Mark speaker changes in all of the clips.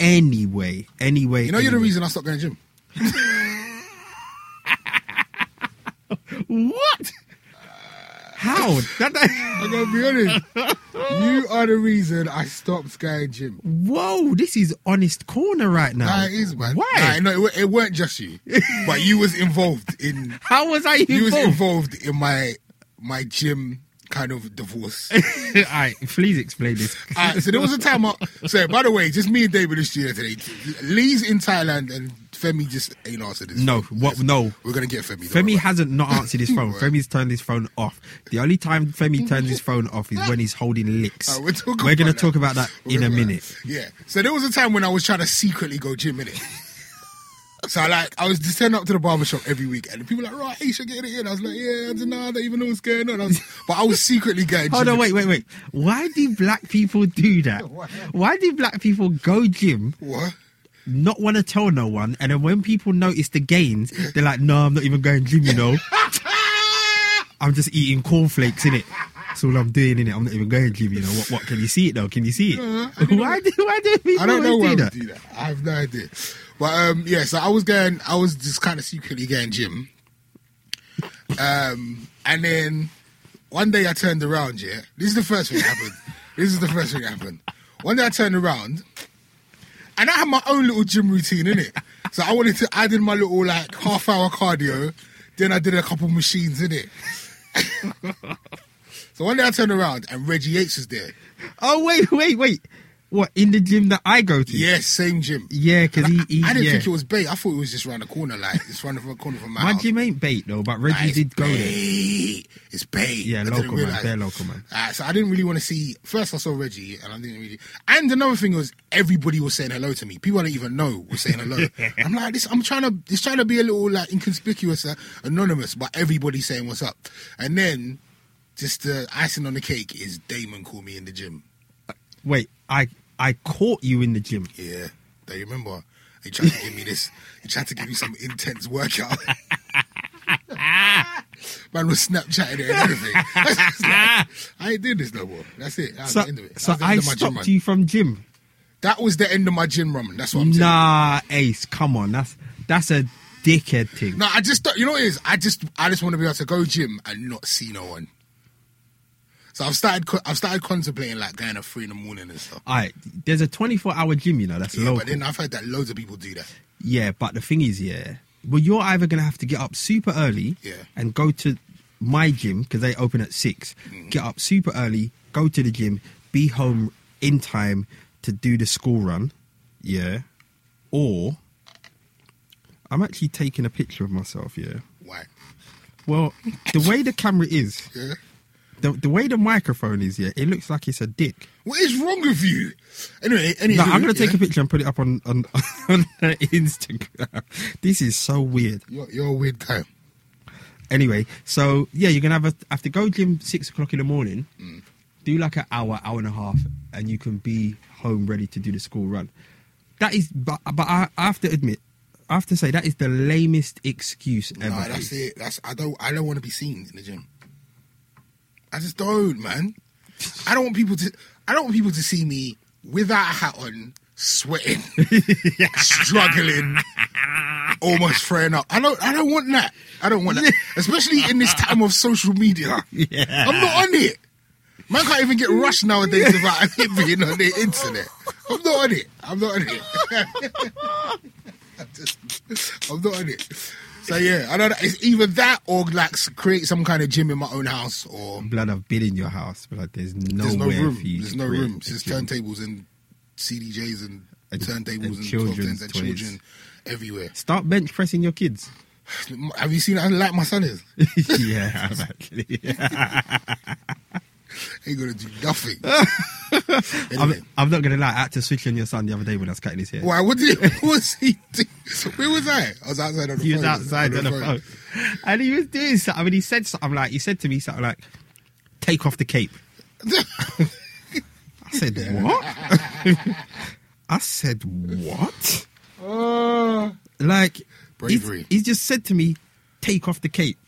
Speaker 1: Anyway, anyway.
Speaker 2: You know, you're the
Speaker 1: anyway.
Speaker 2: reason I stopped going to gym.
Speaker 1: What? How? That- that-
Speaker 2: I'm gonna be honest. you are the reason I stopped going gym.
Speaker 1: Whoa, this is honest corner right now.
Speaker 2: Nah, it is, man.
Speaker 1: Why?
Speaker 2: Nah, no, it, wa- it weren't just you, but you was involved in.
Speaker 1: How was I
Speaker 2: You was
Speaker 1: involved?
Speaker 2: involved in my my gym kind of divorce.
Speaker 1: All right, please explain this.
Speaker 2: Alright, so there was a time. I, so by the way, just me and David in the studio today. Lee's in Thailand and Femi just ain't answered this.
Speaker 1: No, what? No.
Speaker 2: We're gonna get Femi. don't
Speaker 1: Femi
Speaker 2: worry.
Speaker 1: hasn't not answered his phone.
Speaker 2: Right.
Speaker 1: Femi's turned his phone off. The only time Femi turns his phone off is when he's holding licks.
Speaker 2: Alright, we'll talk
Speaker 1: We're going to
Speaker 2: about that.
Speaker 1: talk about that
Speaker 2: We're
Speaker 1: in a
Speaker 2: gonna talk about
Speaker 1: minute.
Speaker 2: that. Yeah. So there was a time when I was trying to secretly go gym in it. So like I was just turning up to the barber shop every week, and the people were like, right, Aisha, get it in. I was like, yeah, I don't know, I don't even know what's going on. I was, but I was secretly going.
Speaker 1: Hold
Speaker 2: gym
Speaker 1: on, wait, wait, wait. Why do black people do that?
Speaker 2: Why?
Speaker 1: Why do black people go gym,
Speaker 2: What?
Speaker 1: not want to tell no one, and then when people notice the gains, they're like, no, I'm not even going gym, you know? I'm just eating cornflakes in it. That's all I'm doing in it. I'm not even going gym. You know what? What can you see it though? Can you see it?
Speaker 2: Uh-huh.
Speaker 1: why do why do people
Speaker 2: I don't know why
Speaker 1: always
Speaker 2: we
Speaker 1: do that?
Speaker 2: do that. I have no idea. But um, yeah, so I was going. I was just kind of secretly going gym. Um, and then one day I turned around. Yeah, this is the first thing that happened. This is the first thing that happened. One day I turned around, and I had my own little gym routine in it. So I wanted to add in my little like half hour cardio. Then I did a couple machines in it. so one day I turned around and Reggie Yates was there.
Speaker 1: Oh wait, wait, wait. What in the gym that I go to?
Speaker 2: Yes, same gym.
Speaker 1: yeah, because he, he
Speaker 2: I didn't
Speaker 1: yeah.
Speaker 2: think it was bait. I thought it was just round the corner, like it's round the corner from my,
Speaker 1: my
Speaker 2: house.
Speaker 1: gym ain't bait though, but Reggie
Speaker 2: Like, it's
Speaker 1: did go there.
Speaker 2: bait. It's bait.
Speaker 1: Yeah,
Speaker 2: I didn't
Speaker 1: local man,
Speaker 2: realise.
Speaker 1: they're local man.
Speaker 2: Alright, so I didn't really want to see. First, I saw Reggie, and I didn't really. And another thing was, everybody was saying hello to me. People I didn't even know were saying hello. I'm like, this. I'm trying to. It's trying to be a little like inconspicuous, uh, anonymous, but everybody saying what's up. And then, just the icing on the cake is Damon called me in the gym.
Speaker 1: Wait, I I caught you in the gym.
Speaker 2: Yeah, do you remember? He tried to give me this. He tried to give me some intense workout. Man was Snapchatting it and everything. It's like, I ain't doing this no more. That's it. That's
Speaker 1: So,
Speaker 2: the end of it. That's
Speaker 1: so
Speaker 2: the end
Speaker 1: I
Speaker 2: of my gym
Speaker 1: stopped
Speaker 2: run.
Speaker 1: you from gym.
Speaker 2: That was the end of my gym run. That's what I'm saying.
Speaker 1: Nah, Ace, come on, that's that's a dickhead thing.
Speaker 2: No, I just don't, you know what it is. I just I just want to be able to go gym and not see no one. So I've started co- I've started contemplating like going at three in the morning and stuff.
Speaker 1: All right, there's a 24 hour gym, you know, that's
Speaker 2: Yeah,
Speaker 1: Ah, local.
Speaker 2: but then I've heard that loads of people do that.
Speaker 1: Yeah, but the thing is, yeah, well, you're either going to have to get up super early
Speaker 2: Yeah.
Speaker 1: and go to my gym because they open at 6
Speaker 2: Mm.
Speaker 1: Get up super early, go to the gym, be home in time to do the school run. Yeah. Or I'm actually taking a picture of myself. Yeah.
Speaker 2: why.
Speaker 1: Well, the way the camera is,
Speaker 2: Yeah.
Speaker 1: the, the way the microphone is, yeah, it looks like it's a dick.
Speaker 2: What is wrong with you? Anyway, anyway
Speaker 1: No, I'm gonna take
Speaker 2: yeah.
Speaker 1: a picture and put it up on on, on her Instagram. This is so weird.
Speaker 2: You're, you're a weird guy.
Speaker 1: Anyway, so yeah, you're gonna have a have to go gym six o'clock in the morning,
Speaker 2: Mm.
Speaker 1: do like an hour, hour and a half, and you can be home ready to do the school run. That is, but but I, I have to admit, I have to say that is the lamest excuse ever.
Speaker 2: Nah, that's it. That's I don't I don't want to be seen in the gym. I just don't, man. I don't want people to I don't want people to see me without a hat on, sweating, struggling, almost throwing up. I don't I don't want that. I don't want that. Especially in this time of social media.
Speaker 1: Yeah.
Speaker 2: I'm not on it. Man can't even get rushed nowadays without being on the internet. I'm not on it. I'm not on it. I'm, just, I'm not on it. So yeah, I don't know. It's either that or like s- create some kind of gym in my own house, or
Speaker 1: Blood, I've been in your house, but there's
Speaker 2: there's no
Speaker 1: nowhere
Speaker 2: room.
Speaker 1: for you.
Speaker 2: There's
Speaker 1: to
Speaker 2: no
Speaker 1: create
Speaker 2: room.
Speaker 1: a
Speaker 2: It's just
Speaker 1: gym.
Speaker 2: turntables and CDJs and
Speaker 1: And-
Speaker 2: turntables
Speaker 1: and
Speaker 2: and,
Speaker 1: children's
Speaker 2: 12s and
Speaker 1: toys.
Speaker 2: children everywhere.
Speaker 1: Start bench pressing your kids.
Speaker 2: Have you seen how like my son is?
Speaker 1: yeah, I've actually.
Speaker 2: Ain't gonna do nothing. Anyway.
Speaker 1: I'm, I'm not gonna lie. I had to switch on your son the other day when I was cutting his hair.
Speaker 2: Why? What did? What was he? Do? Where was I? I was outside on the
Speaker 1: He
Speaker 2: phone.
Speaker 1: was outside on the phone, and he was doing something. I mean, he said something like, he said to me something like, "Take off the cape." I said what? I said what?
Speaker 2: Oh.
Speaker 1: Like he's-
Speaker 2: Bravery.
Speaker 1: He's, just said to me, "Take off the cape."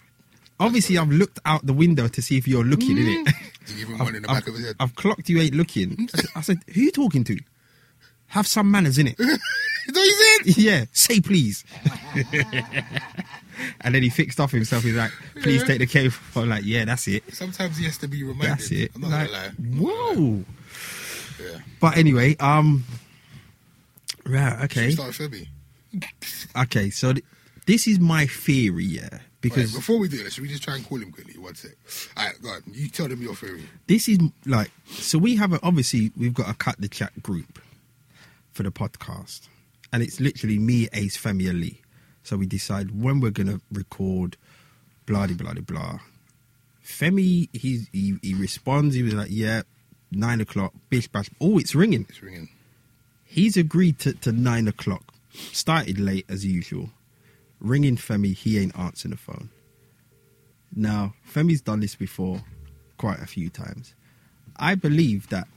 Speaker 1: Obviously, I've looked out the window to see if you're looking
Speaker 2: Mm.
Speaker 1: in it.
Speaker 2: Did you give him one in the back of his head?
Speaker 1: I've clocked you ain't looking. I said- I said, "Who you talking to?" Have some manners in it.
Speaker 2: Is that what he said?
Speaker 1: yeah, say please. and then he fixed off himself. He's like, please
Speaker 2: Yeah.
Speaker 1: take the cape. I'm like, yeah, that's it.
Speaker 2: Sometimes he has to be reminded.
Speaker 1: That's it.
Speaker 2: I'm not
Speaker 1: Like,
Speaker 2: gonna lie.
Speaker 1: Whoa.
Speaker 2: Yeah.
Speaker 1: But anyway, um, right, okay,
Speaker 2: Start with Febby.
Speaker 1: okay. So th- this is my theory, yeah,
Speaker 2: Because
Speaker 1: because
Speaker 2: before we do this, should we just try and call him quickly? One sec. All right, go on. You tell them your theory.
Speaker 1: this is like so we have a, obviously we've got a cut the chat group for the podcast and it's literally me ace Femi, Lee. so we decide when we're gonna record blah de blah de blah femi he's, he, he responds he was like yeah nine o'clock bish bash oh it's ringing
Speaker 2: It's ringing.
Speaker 1: he's agreed to, to nine o'clock started late as usual ringing femi he ain't answering the phone now femi's done this before quite a few times i believe that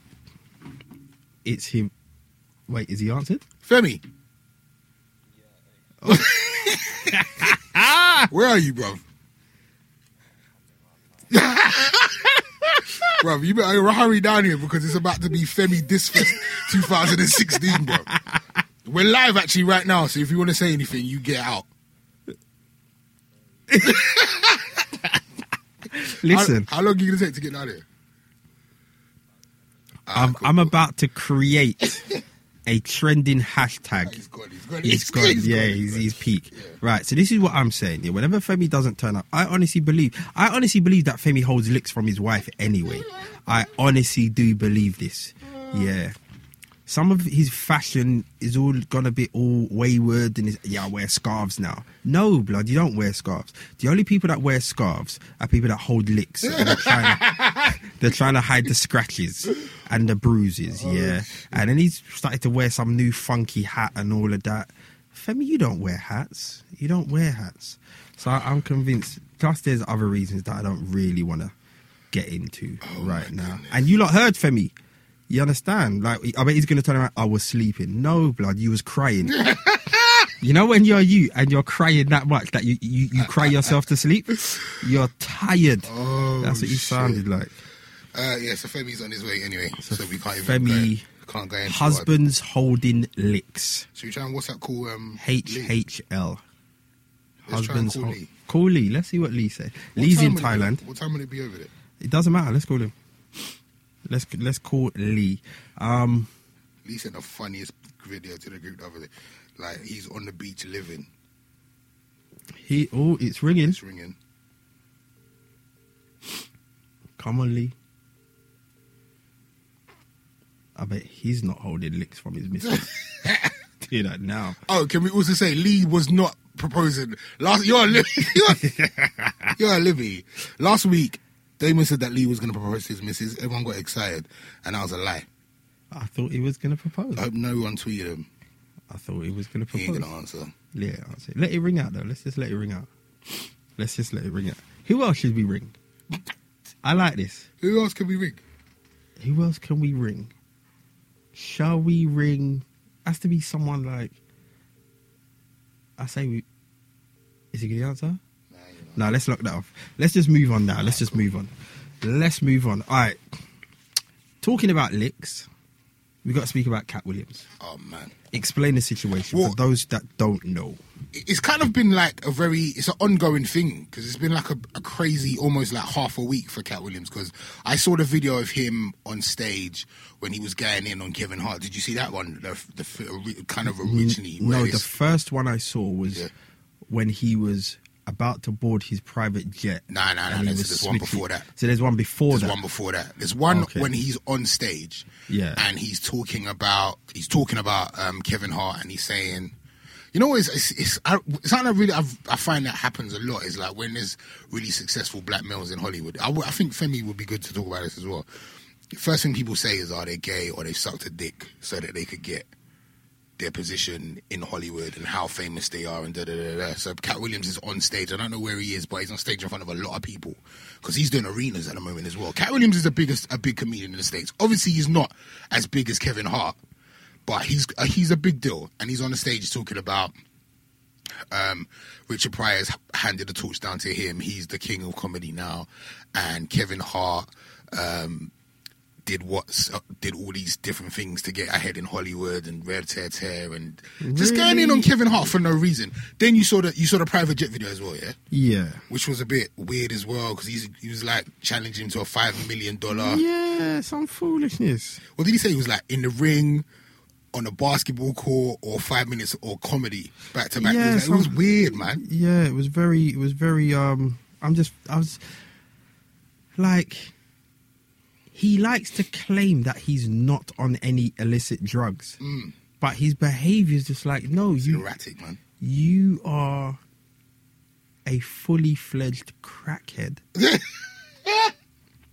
Speaker 1: it's him wait is he answered
Speaker 2: Femi. Where are you, bro? bro, you better hurry down here because it's about to be Femi Disfest 2016, bro. We're live actually right now, so if you want to say anything, you get out. How-
Speaker 1: listen
Speaker 2: How, long are you going to take to get down here? Ah,
Speaker 1: i'm,
Speaker 2: cool,
Speaker 1: I'm
Speaker 2: cool.
Speaker 1: about to create a trending hashtag
Speaker 2: He's gone, he's gone.
Speaker 1: He's gone. Yeah,
Speaker 2: gone,
Speaker 1: he's,
Speaker 2: gone.
Speaker 1: he's peak. Right. So this is what I'm saying. Yeah, whenever Femi doesn't turn up, I honestly believe. I honestly believe that Femi holds licks from his wife anyway. I honestly do believe this. Yeah. Some of his fashion is all gonna be all wayward and is, yeah, I wear scarves now. No, blood, you don't wear scarves. The only people that wear scarves are people that hold licks. and they're, trying to, they're trying to hide the scratches and the bruises,
Speaker 2: Oh,
Speaker 1: yeah. And then he's started to wear some new funky hat and all of that. Femi, you don't wear hats. You don't wear hats. So I, I'm convinced. Plus, there's other reasons that I don't really want to get into
Speaker 2: Oh
Speaker 1: right now. And you lot heard Femi. You understand? Like, I bet he's going to turn around. I was sleeping. No, blood. You was crying. you know when you're you and you're crying that much that you you, you cry yourself to sleep. You're tired.
Speaker 2: Oh,
Speaker 1: That's what you
Speaker 2: shit.
Speaker 1: sounded like.
Speaker 2: Uh, yeah, so Femi's on his way anyway, so, we can't even
Speaker 1: Femi,
Speaker 2: go, can't go into it.
Speaker 1: Husbands holding licks.
Speaker 2: Should we try and what's that called? Um,
Speaker 1: H
Speaker 2: Lee?
Speaker 1: H L.
Speaker 2: Let's try and
Speaker 1: Husbands.
Speaker 2: call
Speaker 1: hol-
Speaker 2: Lee.
Speaker 1: Call Lee. Let's see what Lee said.
Speaker 2: What
Speaker 1: Lee's
Speaker 2: time
Speaker 1: in
Speaker 2: would it be?
Speaker 1: Thailand.
Speaker 2: What time will it be over there?
Speaker 1: It doesn't matter. Let's call him. Let's let's call Lee. Um,
Speaker 2: Lee sent the funniest video to the group the other day. Like he's on the beach living.
Speaker 1: he oh, it's ringing.
Speaker 2: It's ringing.
Speaker 1: Come on, Lee. I bet he's not holding licks from his mistress. do that now.
Speaker 2: Oh, can we also say Lee was not proposing last? You're a Libby. You're, you're a Libby. Last week, Damon said that Lee was going to propose to his missus. Everyone got excited, and that was a lie.
Speaker 1: I thought he was going to propose.
Speaker 2: I hope no one tweeted him.
Speaker 1: I thought he was going to
Speaker 2: Oh. He
Speaker 1: propose.
Speaker 2: ain't going to answer.
Speaker 1: Yeah, I'll say. Let it ring out though. Let's just let it ring out. Let's just let it ring out. Who else should we ring? I like this.
Speaker 2: Who else can we ring?
Speaker 1: Who else can we ring? Shall we ring? Has to be someone like. I say we. Is he gonna answer?
Speaker 2: Nah, you know.
Speaker 1: No, let's lock that off. Let's just move on now. Let's just move on. Let's move on. All right. Talking about licks, we got to speak about Cat Williams.
Speaker 2: Oh man,
Speaker 1: Explain the situation
Speaker 2: Well-
Speaker 1: for those that don't know.
Speaker 2: It- it's kind of been like a very it's an ongoing thing because it's been like a, a crazy almost like half a week for Cat Williams because I saw the video of him on stage when he was going in on Kevin Hart. Did you see that one? The, the, f- kind of originally where
Speaker 1: No, the
Speaker 2: it's-
Speaker 1: first one I saw was
Speaker 2: Yeah.
Speaker 1: when he was about to board his private jet.
Speaker 2: Nah, nah, nah,
Speaker 1: and he
Speaker 2: there's-
Speaker 1: was
Speaker 2: there's one
Speaker 1: switching-
Speaker 2: before that.
Speaker 1: So there's one before
Speaker 2: There's
Speaker 1: that.
Speaker 2: one before that. There's one
Speaker 1: Okay.
Speaker 2: when he's on stage,
Speaker 1: Yeah.
Speaker 2: and he's talking about he's talking about um, Kevin Hart, and he's saying, you know, what, it's it's, it's, I, it's something I really I've, I find that happens a lot is like when there's really successful black males in Hollywood. I, would- I think Femi would be good to talk about this as well. First thing people say is, are they gay or they sucked a dick so that they could get their position in Hollywood and how famous they are and da da da da. So Cat Williams is on stage. I don't know where he is, but he's on stage in front of a lot of people because he's doing arenas at the moment as well. Cat Williams is the biggest, a big comedian in the states. Obviously, he's not as big as Kevin Hart, but he's uh, he's a big deal, and he's on the stage talking about. Um, Richard Pryor's h- handed the torch down to him. He's the king of comedy now, and Kevin Hart um, did what did all these different things to get ahead in Hollywood and red tear tear and just going in on Kevin Hart for no reason. Then you saw the you saw the private jet video as well, yeah,
Speaker 1: Yeah.
Speaker 2: which was a bit weird as well because he was like challenging him to a five million dollar.
Speaker 1: yeah, some foolishness.
Speaker 2: What did he say? He was like in the ring. On a basketball court, or five minutes, or comedy back to back. It
Speaker 1: Yeah,
Speaker 2: was like- It was
Speaker 1: some-
Speaker 2: weird, man.
Speaker 1: Yeah, it was very. It was very. Um, I'm just. I was like. He likes to claim that he's not on any illicit drugs,
Speaker 2: Mm.
Speaker 1: but his behaviour is just like, no, you
Speaker 2: Erratic, man.
Speaker 1: you are a fully fledged crackhead.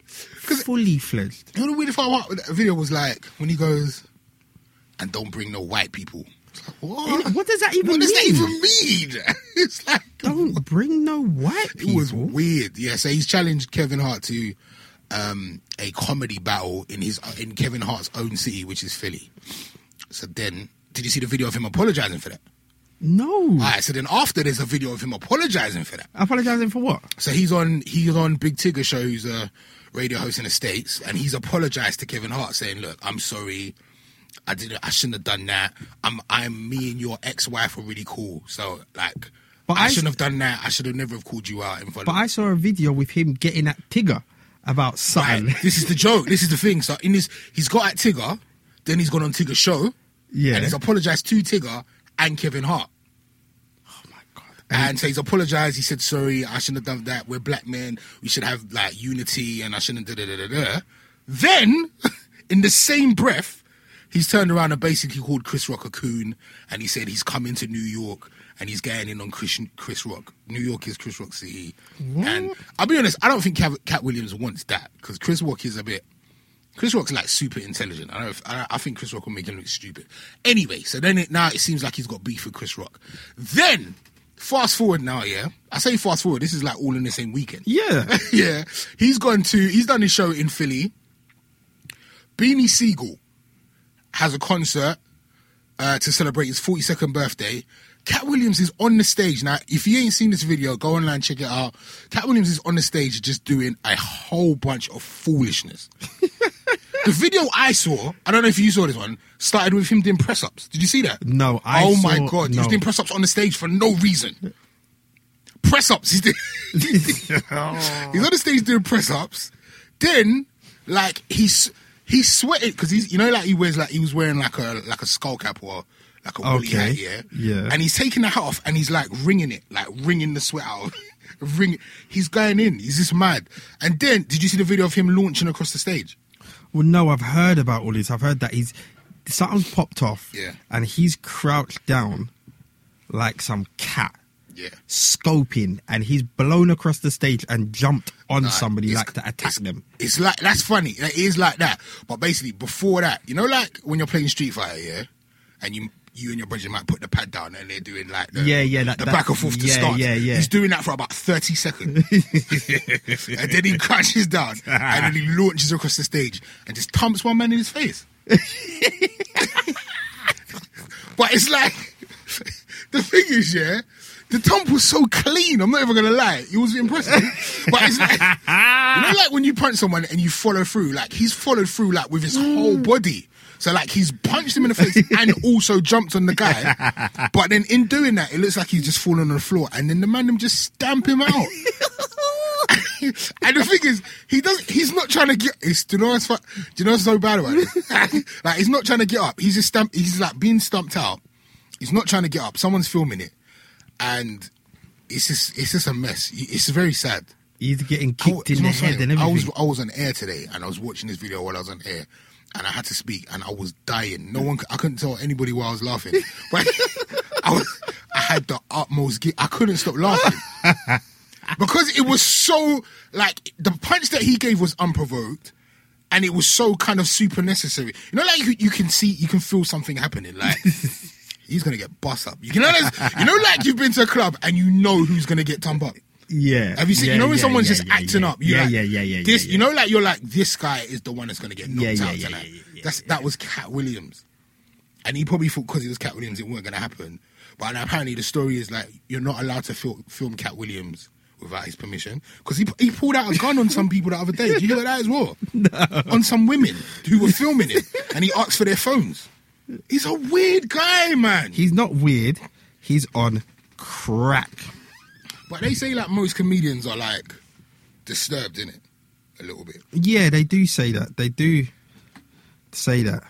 Speaker 1: fully fledged.
Speaker 2: You know the weirdest part about that video was like when he goes, and don't bring no white people. It's like, what?
Speaker 1: What does that even
Speaker 2: what does that
Speaker 1: mean?
Speaker 2: even mean? it's like
Speaker 1: Don't bring no white
Speaker 2: it
Speaker 1: people.
Speaker 2: was weird. Yeah, so he's challenged Kevin Hart to um, a comedy battle in his in Kevin Hart's own city, which is Philly. So then, did you see the video of him apologizing for that?
Speaker 1: no.
Speaker 2: All right. So then, after there's a video of him apologizing for that.
Speaker 1: Apologizing for what?
Speaker 2: So he's on he's on Big Tigger show, who's a radio host in the States, and he's apologized to Kevin Hart saying, Look, I'm sorry. I didn't I shouldn't have done that. I'm I'm me and your ex wife are really cool. So like
Speaker 1: But
Speaker 2: I,
Speaker 1: I-
Speaker 2: shouldn't have done that. I should have never have called you out in front
Speaker 1: But
Speaker 2: of
Speaker 1: I saw a video with him getting at Tigger about something.
Speaker 2: Right, This is the joke. This is the thing. So in this he's got at Tigger, then he's gone on Tigger's show,
Speaker 1: Yeah.
Speaker 2: and he's apologized to Tigger and Kevin Hart.
Speaker 1: oh my god.
Speaker 2: And so he's apologized. He said, "Sorry, I shouldn't have done that. We're black men. We should have like unity, and I shouldn't." Da, da, da, da, da. Then, in the same breath, he's turned around and basically called Chris Rock a coon, and he said he's coming to New York and he's getting in on Chris, Chris Rock. New York is Chris Rock city, and I'll be honest, I don't think Cav- Cat Williams wants that because Chris Rock is a bit. Chris Rock's like super intelligent. I don't. I, I think Chris Rock will make him look stupid. Anyway, so then it, now it seems like he's got beef with Chris Rock. Then fast forward now, yeah. I say fast forward. This is like all in the same weekend.
Speaker 1: Yeah.
Speaker 2: yeah. He's gone to. He's done his show in Philly. Beanie Siegel has a concert uh, to celebrate his 42nd birthday. Cat Williams is on the stage. Now, if you ain't seen this video, go online, check it out. Cat Williams is on the stage just doing a whole bunch of foolishness. the video I saw, I don't know if you saw this one, started with him doing press ups. Did you see that?
Speaker 1: No, I
Speaker 2: Oh my
Speaker 1: saw-
Speaker 2: God. He was
Speaker 1: no.
Speaker 2: doing press ups on the stage for no reason. Press ups. He's doing. He's on the stage doing press ups. Then, like he's he's sweating because he's you know like he wears like he was wearing like a like a skull cap or like a woolly
Speaker 1: Okay.
Speaker 2: hat, yeah.
Speaker 1: Yeah.
Speaker 2: And he's taking the hat off and he's like wringing it, like wringing the sweat out. of Ring. He's going in. He's just mad. And then, did you see the video of him launching across the stage?
Speaker 1: Well, no, I've heard about all this. I've heard that he's something's popped off.
Speaker 2: Yeah.
Speaker 1: And he's crouched down like some cat
Speaker 2: Yeah.
Speaker 1: scoping and he's blown across the stage and jumped on
Speaker 2: Nah,
Speaker 1: somebody
Speaker 2: it's-
Speaker 1: like to attack
Speaker 2: it's-
Speaker 1: them.
Speaker 2: It's like that's funny. It is like that. But basically, before that, you know, like when you're playing Street Fighter, yeah, and you you and your brother might put the pad down and they're doing like the,
Speaker 1: Yeah, yeah, that-
Speaker 2: the
Speaker 1: that-
Speaker 2: back and forth to
Speaker 1: yeah,
Speaker 2: start.
Speaker 1: yeah, yeah.
Speaker 2: He's doing that for about thirty seconds, and then he crashes down and then he launches across the stage and just thumps one man in his face. But it's like the thing is, yeah, the thump was so clean. I'm not even gonna lie, it was impressive. but it's like you know, like when you punch someone and you follow through. Like he's followed through, like with his whole body. So like he's punched him in the face and also jumped on the guy. But then in doing that, it looks like he's just fallen on the floor, and then the man them just stamp him out. and the thing is, he does. He's not trying to get. It's, do you know what's fu- Do you know what's so bad about it? like he's not trying to get up. He's just stamp. He's like being stumped out. He's not trying to get up. Someone's filming it, and it's just it's just a mess. It's very sad.
Speaker 1: He's getting
Speaker 2: I wa-
Speaker 1: kicked
Speaker 2: do you
Speaker 1: in
Speaker 2: know
Speaker 1: the
Speaker 2: what's funny?
Speaker 1: head and
Speaker 2: I
Speaker 1: everything.
Speaker 2: was I was on air today, and I was watching this video while I was on air, and I had to speak, and I was dying. No one, c- I couldn't tell anybody why I was laughing, but I was, I had the utmost. gi- I couldn't stop laughing because it was so like the punch that he gave was unprovoked. And it was so kind of super necessary. You know, like you, you can see, you can feel something happening. Like he's gonna get bust up. You know, that's- you know, like you've been to a club and you know who's gonna get tummed up.
Speaker 1: yeah.
Speaker 2: Have you seen?
Speaker 1: Yeah,
Speaker 2: you know when
Speaker 1: yeah,
Speaker 2: someone's
Speaker 1: yeah,
Speaker 2: just
Speaker 1: yeah,
Speaker 2: acting
Speaker 1: yeah.
Speaker 2: up. You're
Speaker 1: yeah,
Speaker 2: like,
Speaker 1: yeah, yeah, yeah.
Speaker 2: This,
Speaker 1: yeah,
Speaker 2: you know, like you're like this guy is the one that's going to get knocked
Speaker 1: Yeah, yeah,
Speaker 2: out
Speaker 1: yeah,
Speaker 2: tonight.
Speaker 1: yeah, yeah,
Speaker 2: that's that was Cat Williams, and he probably thought because it was Cat Williams, it weren't going to happen. But apparently, the story is like you're not allowed to fil- film Cat Williams without his permission because he he pulled out a gun on some people the other day. Did you hear that as well? On some women who were filming him, and he asked for their phones. He's a weird guy, man.
Speaker 1: He's not weird. He's on crack.
Speaker 2: but they say like most comedians are like disturbed, in it a little bit.
Speaker 1: Yeah, they do say that. They do say that.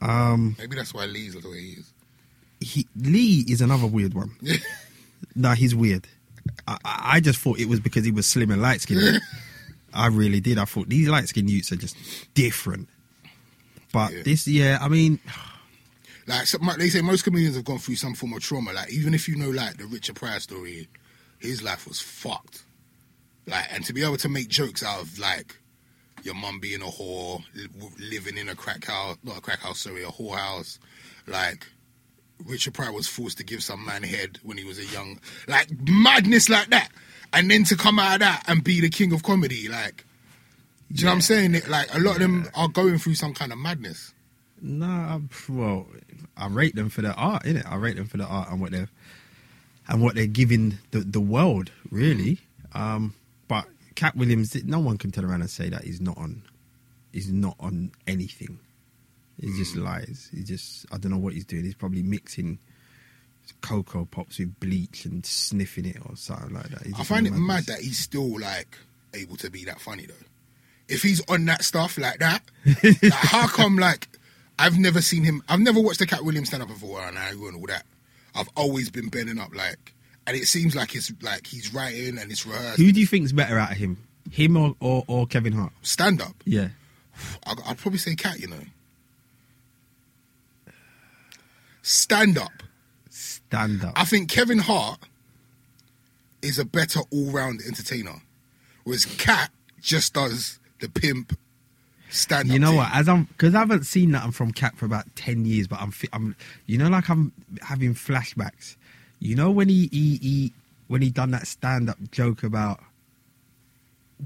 Speaker 1: Um,
Speaker 2: Maybe that's why Lee's the way he is.
Speaker 1: he, Lee is another weird one. Nah, he's weird. I, I I just thought it was because he was slim and light skinned. I really did. I thought these light skinned youths are just different. But
Speaker 2: Yeah.
Speaker 1: this, yeah, I mean,
Speaker 2: Like some, they say, most comedians have gone through some form of trauma. Like even if you know, like the Richard Pryor story, his life was fucked. Like, and to be able to make jokes out of like your mum being a whore, li- w- living in a crack house, not a crack house, sorry, a whore house. Like Richard Pryor was forced to give some man head when he was a young, like madness like that, and then to come out of that and be the king of comedy, like. Do you know what I'm saying? It- Like a lot of them are going through some kind of madness.
Speaker 1: no, I'm, well, I rate them for their art, innit? I rate them for the art and what they're and what they're giving the, the world, really. Um, but Cat Williams, no one can turn around and say that he's not on, he's not on anything.
Speaker 2: Hmm.
Speaker 1: He's just lies. He just, I don't know what he's doing. He's probably mixing cocoa pops with bleach and sniffing it or something like that. He's
Speaker 2: I
Speaker 1: just
Speaker 2: find it mad
Speaker 1: madness.
Speaker 2: that he's still like able to be that funny though. If he's on that stuff like that, like, how come like I've never seen him? I've never watched the Cat Williams stand up before, and I and all that. I've always been bending up like, and it seems like it's like he's writing and it's rehearsed.
Speaker 1: Who do you think's better out of him, him or, or, or Kevin Hart?
Speaker 2: Stand up,
Speaker 1: Yeah.
Speaker 2: I- I'd probably say Cat. You know, stand up.
Speaker 1: Stand up.
Speaker 2: I think Kevin Hart is a better all round entertainer, whereas Cat just does the pimp stand up.
Speaker 1: You know what? As I'm, because I haven't seen nothing from Cap for about ten years, but I'm, fe- I'm, you know, like I'm having flashbacks. You know when he, he, he when he done that stand up joke about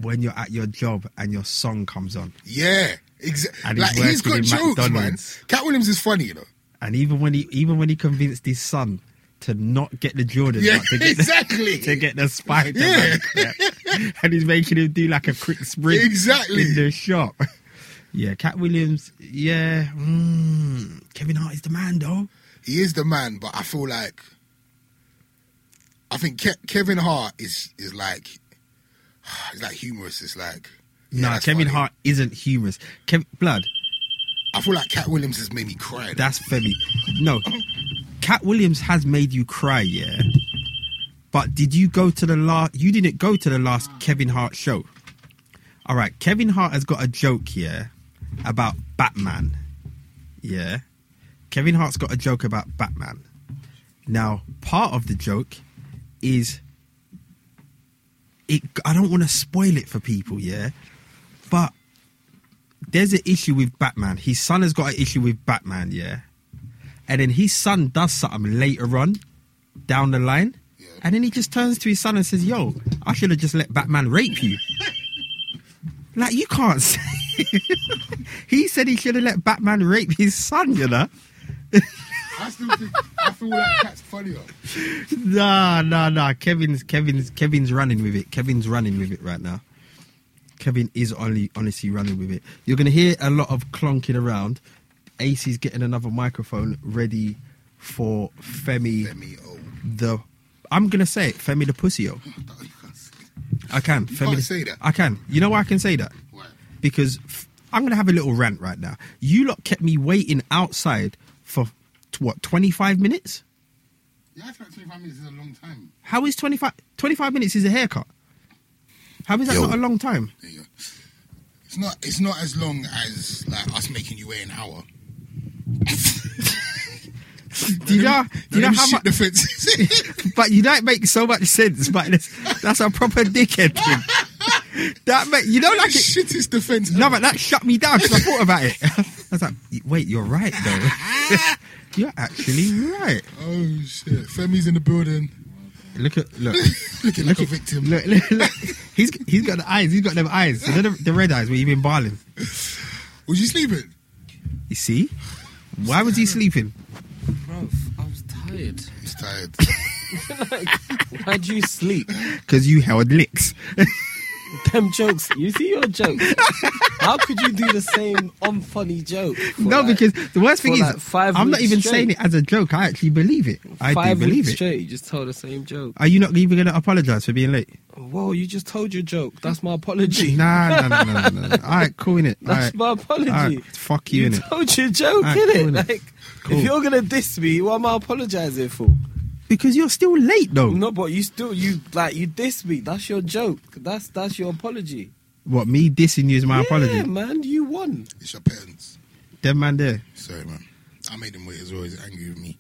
Speaker 1: when you're at your job and your song comes on,
Speaker 2: Yeah, exactly.
Speaker 1: And he's
Speaker 2: Like he's got
Speaker 1: working in
Speaker 2: jokes,
Speaker 1: McDonald's.
Speaker 2: man. Cat Williams is funny, you know.
Speaker 1: and even when he, even when he convinced his son to not get the Jordan,
Speaker 2: Yeah,
Speaker 1: but to get the,
Speaker 2: exactly.
Speaker 1: to get the Spider,
Speaker 2: Yeah.
Speaker 1: and he's making him do like a quick sprint,
Speaker 2: Exactly.
Speaker 1: in the shop. Yeah, Cat Williams. Yeah, mm, Kevin Hart is the man, though.
Speaker 2: He is the man, but I feel like I think Ke- Kevin Hart is is like it's like humorous. It's like yeah,
Speaker 1: no,
Speaker 2: that's
Speaker 1: Kevin
Speaker 2: funny.
Speaker 1: Hart isn't humorous. Kev- Blood,
Speaker 2: I feel like Cat Williams has made me cry. though.
Speaker 1: that's Femi. No, Cat Williams has made you cry, yeah. But did you go to the last? You didn't go to the last Kevin Hart show. All right, Kevin Hart has got a joke here about Batman. Yeah. Kevin Hart's got a joke about Batman. Now, part of the joke is it I don't want to spoil it for people, yeah. But there's an issue with Batman. His son has got an issue with Batman, yeah. And then his son does something later on down the line.
Speaker 2: Yeah.
Speaker 1: And then he just turns to his son and says, Yo, I should have just let Batman rape you. Like you can't say. he said he should have let Batman rape his son, you know.
Speaker 2: I still think I feel like that's funnier.
Speaker 1: Nah, nah, nah. Kevin's Kevin's Kevin's running with it. Kevin's running with it right now. Kevin is only honestly running with it. You're gonna hear a lot of clonking around. Ace is getting another microphone ready for Femi
Speaker 2: Femi, oh,
Speaker 1: the I'm gonna say it, Femi the Pussyo.
Speaker 2: that- you can't say
Speaker 1: I can.
Speaker 2: You
Speaker 1: Femi
Speaker 2: can't
Speaker 1: the-
Speaker 2: say that.
Speaker 1: I can. You know why I can say that?
Speaker 2: Why?
Speaker 1: because f- I'm going to have a little rant right now. You lot kept me waiting outside for t- what 25 minutes?
Speaker 2: Yeah, I feel like 25 minutes is a long time.
Speaker 1: How is 25 25 minutes is a haircut? How is that
Speaker 2: Yo.
Speaker 1: not a long time?
Speaker 2: There you go. It's not. It's not as long as like us making you wait an hour.
Speaker 1: Do you know, do you know how
Speaker 2: shoot
Speaker 1: much?
Speaker 2: the fences.
Speaker 1: But you don't make so much sense. But that's, that's a proper dickhead thing. That make you don't like it.
Speaker 2: Shit is the fence.
Speaker 1: No, but that shut me down because I thought about it. I was like, wait, you're right though. you're actually right.
Speaker 2: Oh shit! Femi's in the building,
Speaker 1: Look at look.
Speaker 2: looking like
Speaker 1: Look
Speaker 2: a
Speaker 1: at-
Speaker 2: victim.
Speaker 1: Look, look, look. He's he's got the eyes. He's got them eyes. You know the, the red eyes where you've been barling.
Speaker 2: Was you sleeping?
Speaker 1: You see? Why was he sleeping?
Speaker 3: Bro, I was tired.
Speaker 2: He's tired.
Speaker 3: Why'd you sleep?
Speaker 1: Because you held licks.
Speaker 3: Them jokes. You see your jokes. How could you do the same unfunny joke? for
Speaker 1: no,
Speaker 3: like
Speaker 1: because the worst thing
Speaker 3: for
Speaker 1: is,
Speaker 3: like five
Speaker 1: I'm not
Speaker 3: weeks
Speaker 1: even
Speaker 3: straight.
Speaker 1: saying it as a joke. I actually believe it. I
Speaker 3: five
Speaker 1: do believe
Speaker 3: weeks
Speaker 1: it.
Speaker 3: straight you just told the same joke.
Speaker 1: Are you not even going to apologize for being late?
Speaker 3: Whoa, you just told your joke. That's my apology.
Speaker 1: Nah, nah, nah, nah, nah. nah. All right, cool in it. All
Speaker 3: That's
Speaker 1: right,
Speaker 3: my apology.
Speaker 1: fuck you,
Speaker 3: you
Speaker 1: in it.
Speaker 3: told your joke,
Speaker 1: Alright,
Speaker 3: innit?
Speaker 1: cool, innit?
Speaker 3: Like,
Speaker 1: Cool.
Speaker 3: if you're gonna diss me, what am I apologising for?
Speaker 1: Because you're still late though.
Speaker 3: No, but you still you like you diss me. That's your joke. That's that's your apology.
Speaker 1: What me dissing you is my
Speaker 3: yeah,
Speaker 1: apology.
Speaker 3: man, you won.
Speaker 2: it's your parents.
Speaker 1: Them man there.
Speaker 2: Sorry, man. I made him wait as well. He's angry with me.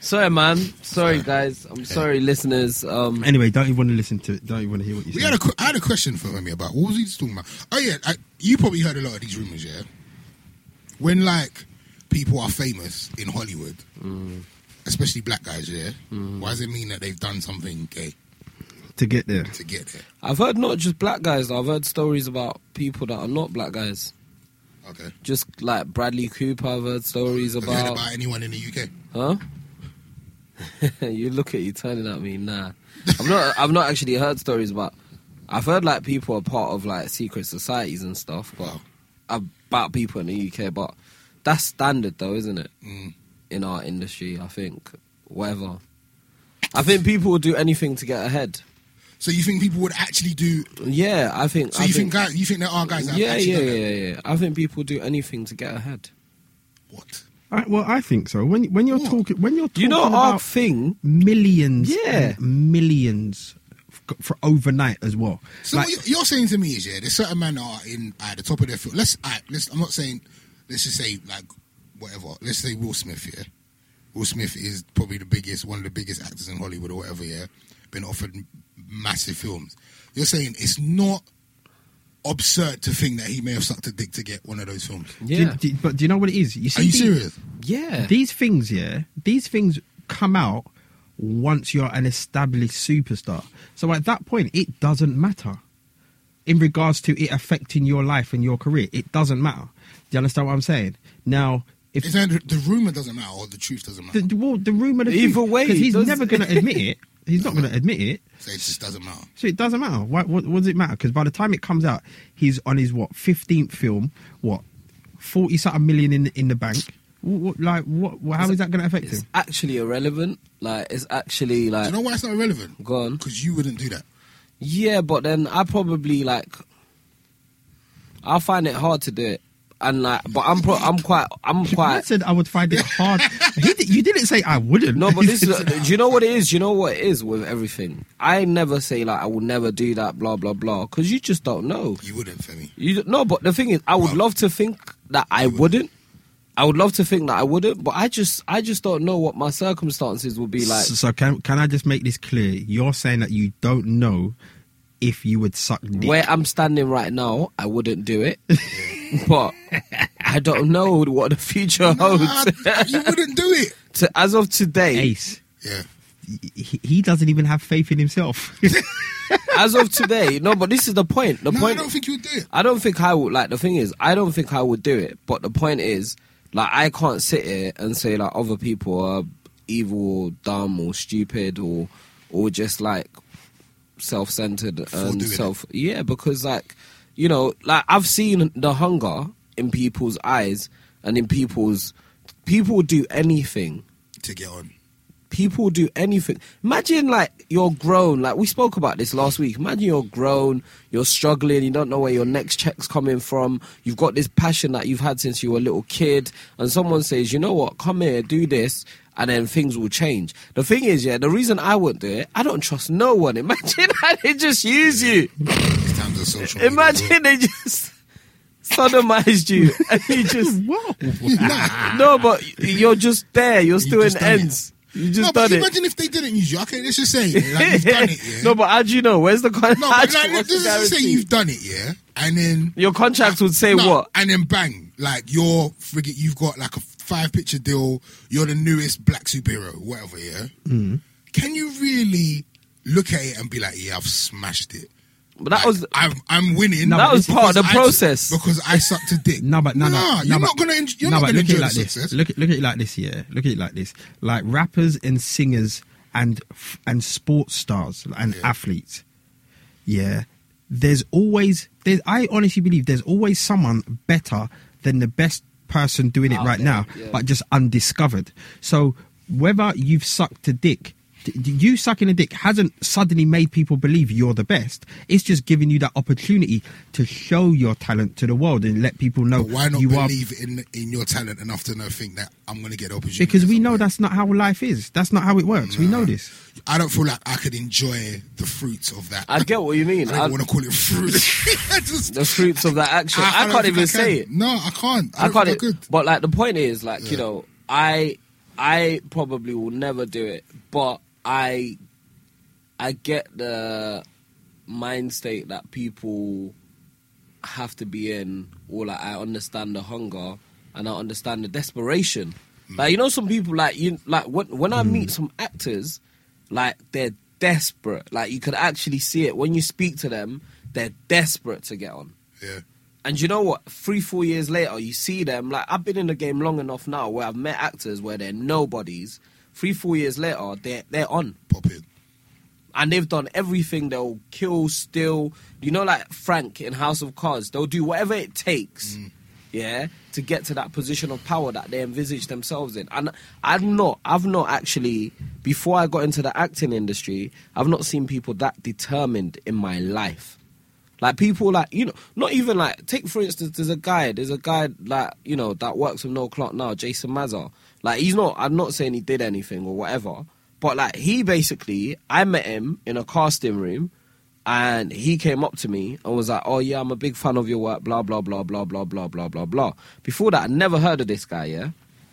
Speaker 3: Sorry, man. Sorry, guys. I'm sorry, listeners. Um,
Speaker 1: Anyway, don't even want to listen to it. Don't even want to hear what you
Speaker 2: We
Speaker 1: say.
Speaker 2: had a. que- I had a question for Femi about what was he just talking about? Oh yeah, I, you probably heard a lot of these rumors, yeah. When like people are famous in Hollywood,
Speaker 3: Mm.
Speaker 2: especially black guys, yeah. Why does it mean that they've done something gay
Speaker 1: to get there.
Speaker 2: to get there?
Speaker 3: I've heard not just black guys. I've heard stories about people that are not black guys.
Speaker 2: Okay.
Speaker 3: Just like Bradley Cooper, I've heard stories
Speaker 2: Have you heard
Speaker 3: about.
Speaker 2: about anyone in the UK?
Speaker 3: Huh? you look at you turning at me. Nah, I've not. I've not actually heard stories about. I've heard like people are part of like secret societies and stuff, but
Speaker 2: Wow.
Speaker 3: about people in the UK. But that's standard, though, isn't it?
Speaker 2: Mm.
Speaker 3: In our industry, I think whatever. I think people will do anything to get ahead.
Speaker 2: So you think people would actually do?
Speaker 3: Yeah, I think.
Speaker 2: So
Speaker 3: I
Speaker 2: you think, guys? You think there are guys that
Speaker 3: yeah,
Speaker 2: have actually
Speaker 3: yeah,
Speaker 2: done that?
Speaker 3: yeah, yeah. I think people do anything to get ahead.
Speaker 2: What?
Speaker 1: I, well, I think so. When when you're
Speaker 2: What?
Speaker 1: talking, when you're talking
Speaker 3: You know, our
Speaker 1: about
Speaker 3: thing.
Speaker 1: millions,
Speaker 3: Yeah.
Speaker 1: and millions f- for overnight as well.
Speaker 2: So
Speaker 1: Like,
Speaker 2: what you- you're saying to me is, yeah, there's certain men that are in at the top of their field. Let's, I let's, I'm not saying, let's just say like whatever. Let's say Will Smith, yeah. Will Smith is probably the biggest, one of the biggest actors in Hollywood or whatever, yeah. Been offered m- massive films. You're saying it's not absurd to think that he may have sucked a dick to get one of those films.
Speaker 1: do you-
Speaker 3: Yeah,
Speaker 1: do you- but do you know what it is? You see,
Speaker 2: Are you
Speaker 1: these,
Speaker 2: serious?
Speaker 3: yeah.
Speaker 1: these things, yeah, these things come out once you're an established superstar. So at that point, it doesn't matter in regards to it affecting your life and your career. It doesn't matter. Do you understand what I'm saying? Now, if
Speaker 2: Is that the, the rumor doesn't matter or the truth doesn't matter?
Speaker 1: the, well, the rumor, the
Speaker 3: Either
Speaker 1: truth,
Speaker 3: way,
Speaker 1: 'cause he's
Speaker 3: doesn't-
Speaker 1: never going to admit it. He's not going to admit it.
Speaker 2: So it just doesn't matter.
Speaker 1: So it doesn't matter. Why, what, what does it matter? Because by the time it comes out, he's on his what fifteenth film, what forty something million in in the bank. What, what, like what? what how is that going to affect
Speaker 3: It's
Speaker 1: him?
Speaker 3: actually irrelevant. Like it's actually
Speaker 2: Do
Speaker 3: like
Speaker 2: you know why it's not relevant?
Speaker 3: Go on.
Speaker 2: Because you wouldn't do that.
Speaker 3: yeah, but then I probably like I find it hard to do it, and like but I'm pro- I'm quite I'm
Speaker 1: I
Speaker 3: quite
Speaker 1: said I would find it hard. he did, you didn't say I wouldn't.
Speaker 3: no, but this is do you know what it is? Do you know what it is with everything? I never say like I will never do that, blah blah blah, because you just don't know.
Speaker 2: You wouldn't, Femi.
Speaker 3: You d- no, but the thing is, I would
Speaker 2: Well-
Speaker 3: love to think that I wouldn't, I would love to think that I wouldn't, but I just I just don't know what my circumstances would be like.
Speaker 1: so, so can can I just make this clear? You're saying that you don't know if you would suck dick.
Speaker 3: Where I'm standing right now, I wouldn't do it, but I don't know what the future
Speaker 2: Nah,
Speaker 3: holds.
Speaker 2: Ah, you wouldn't do it.
Speaker 3: to, as of today,
Speaker 1: Ace,
Speaker 2: Yeah.
Speaker 1: he, he doesn't even have faith in himself.
Speaker 3: as of today, no. But this is the point. The
Speaker 2: No, I
Speaker 3: point.
Speaker 2: don't think you would do it.
Speaker 3: I don't think I would like the thing is I don't think I would do it. But the point is, like I can't sit here and say like other people are evil or dumb or stupid or or just like self centered and
Speaker 2: doing it.
Speaker 3: self Yeah, because like you know, like I've seen the hunger in people's eyes and in people's people do anything
Speaker 2: To get on.
Speaker 3: people do anything. Imagine like you're grown. Like we spoke about this last week. Imagine you're grown. You're struggling. You don't know where your next check's coming from. You've got this passion that you've had since you were a little kid, and someone says, "You know what? Come here, do this." And then things will change. The thing is, yeah, the reason I won't do it, I don't trust no one. Imagine how they just use you.
Speaker 2: These times are social. media.
Speaker 3: Imagine they just sodomized you and you just
Speaker 1: Whoa.
Speaker 2: nah.
Speaker 3: no, but you're just there. You're still
Speaker 2: just
Speaker 3: in
Speaker 2: done it.
Speaker 3: ends. You just
Speaker 2: No,
Speaker 3: done
Speaker 2: but
Speaker 3: it.
Speaker 2: imagine if they didn't use you. Okay, let's just say like, you've done it. Yeah?
Speaker 3: No, but how do you know? Where's the contract?
Speaker 2: No, but like, let's
Speaker 3: What's the
Speaker 2: just say
Speaker 3: guarantee?
Speaker 2: you've done it. Yeah, and then
Speaker 3: Your contract would say
Speaker 2: No,
Speaker 3: what?
Speaker 2: And then bang, like you're friggin', you've got like a five picture deal. You're the newest black superhero, whatever. Yeah.
Speaker 3: Mm.
Speaker 2: Can you really look at it and be like, yeah, I've smashed it?
Speaker 3: But that
Speaker 2: Like,
Speaker 3: was
Speaker 2: I'm I'm winning.
Speaker 1: No,
Speaker 3: that
Speaker 1: but
Speaker 3: was
Speaker 1: this
Speaker 3: part of the
Speaker 2: because I-
Speaker 3: process.
Speaker 2: because I sucked a dick.
Speaker 1: No, but no, no,
Speaker 2: Nah,
Speaker 1: no,
Speaker 2: you're
Speaker 1: but-
Speaker 2: not gonna. en- You're
Speaker 1: no,
Speaker 2: not
Speaker 1: but
Speaker 2: gonna
Speaker 1: look at
Speaker 2: enjoy
Speaker 1: it
Speaker 2: the
Speaker 1: like
Speaker 2: success.
Speaker 1: this. Look at look at it like this. Yeah, look at it like this. Like rappers and singers and f- and sports stars and athletes. Yeah, there's always there's. I honestly believe there's always someone better than the best person doing it
Speaker 3: Out
Speaker 1: right
Speaker 3: there,
Speaker 1: now,
Speaker 3: yeah.
Speaker 1: but just undiscovered. So whether you've sucked a dick. d- d- You sucking a dick hasn't suddenly made people believe you're the best. It's just giving you that opportunity to show your talent to the world and let people know
Speaker 2: But why not
Speaker 1: you are
Speaker 2: believe in in your talent enough to know think that I'm gonna get the opportunity?
Speaker 1: because we know
Speaker 2: somewhere?
Speaker 1: that's not how life is. That's not how it works. We know this.
Speaker 2: I don't feel like I could enjoy the fruits of that.
Speaker 3: I get what you mean.
Speaker 2: I
Speaker 3: I-
Speaker 2: don't want to call it fruit. I just-
Speaker 3: the fruits of that action. I,
Speaker 2: don't
Speaker 3: can't
Speaker 2: think
Speaker 3: even
Speaker 2: I
Speaker 3: say
Speaker 2: can.
Speaker 3: it.
Speaker 2: No, I can't. I,
Speaker 3: I,
Speaker 2: don't
Speaker 3: can't.
Speaker 2: think
Speaker 3: e-
Speaker 2: I could.
Speaker 3: But like the point is, like
Speaker 2: Yeah.
Speaker 3: you know, I I probably will never do it, but I I get the mind state that people have to be in, or like I understand the hunger and I understand the desperation. Like you know, some people like you like when when I meet some actors, like they're desperate. Like you could actually see it when you speak to them. They're desperate to get on.
Speaker 2: Yeah.
Speaker 3: And you know what? Three, four years later, you see them. Like I've been in the game long enough now, where I've met actors where they're nobodies. Three, four years later, they're they're on,
Speaker 2: Pop in.
Speaker 3: and they've done everything. They'll kill, steal. You know, like Frank in House of Cards. They'll do whatever it takes, yeah, to get to that position of power that they envisage themselves in. And I'm not. I've not actually. Before I got into the acting industry, I've not seen people that determined in my life. Like people like you know, not even like take for instance, there's a guy, there's a guy like you know that works with No Clock now, Jason Mazza. Like he's not, I'm not saying he did anything or whatever, but like he basically, I met him in a casting room, and he came up to me and was like, "Oh yeah, I'm a big fan of your work, blah blah blah blah blah blah blah blah blah." Before that, I never heard of this guy, yeah,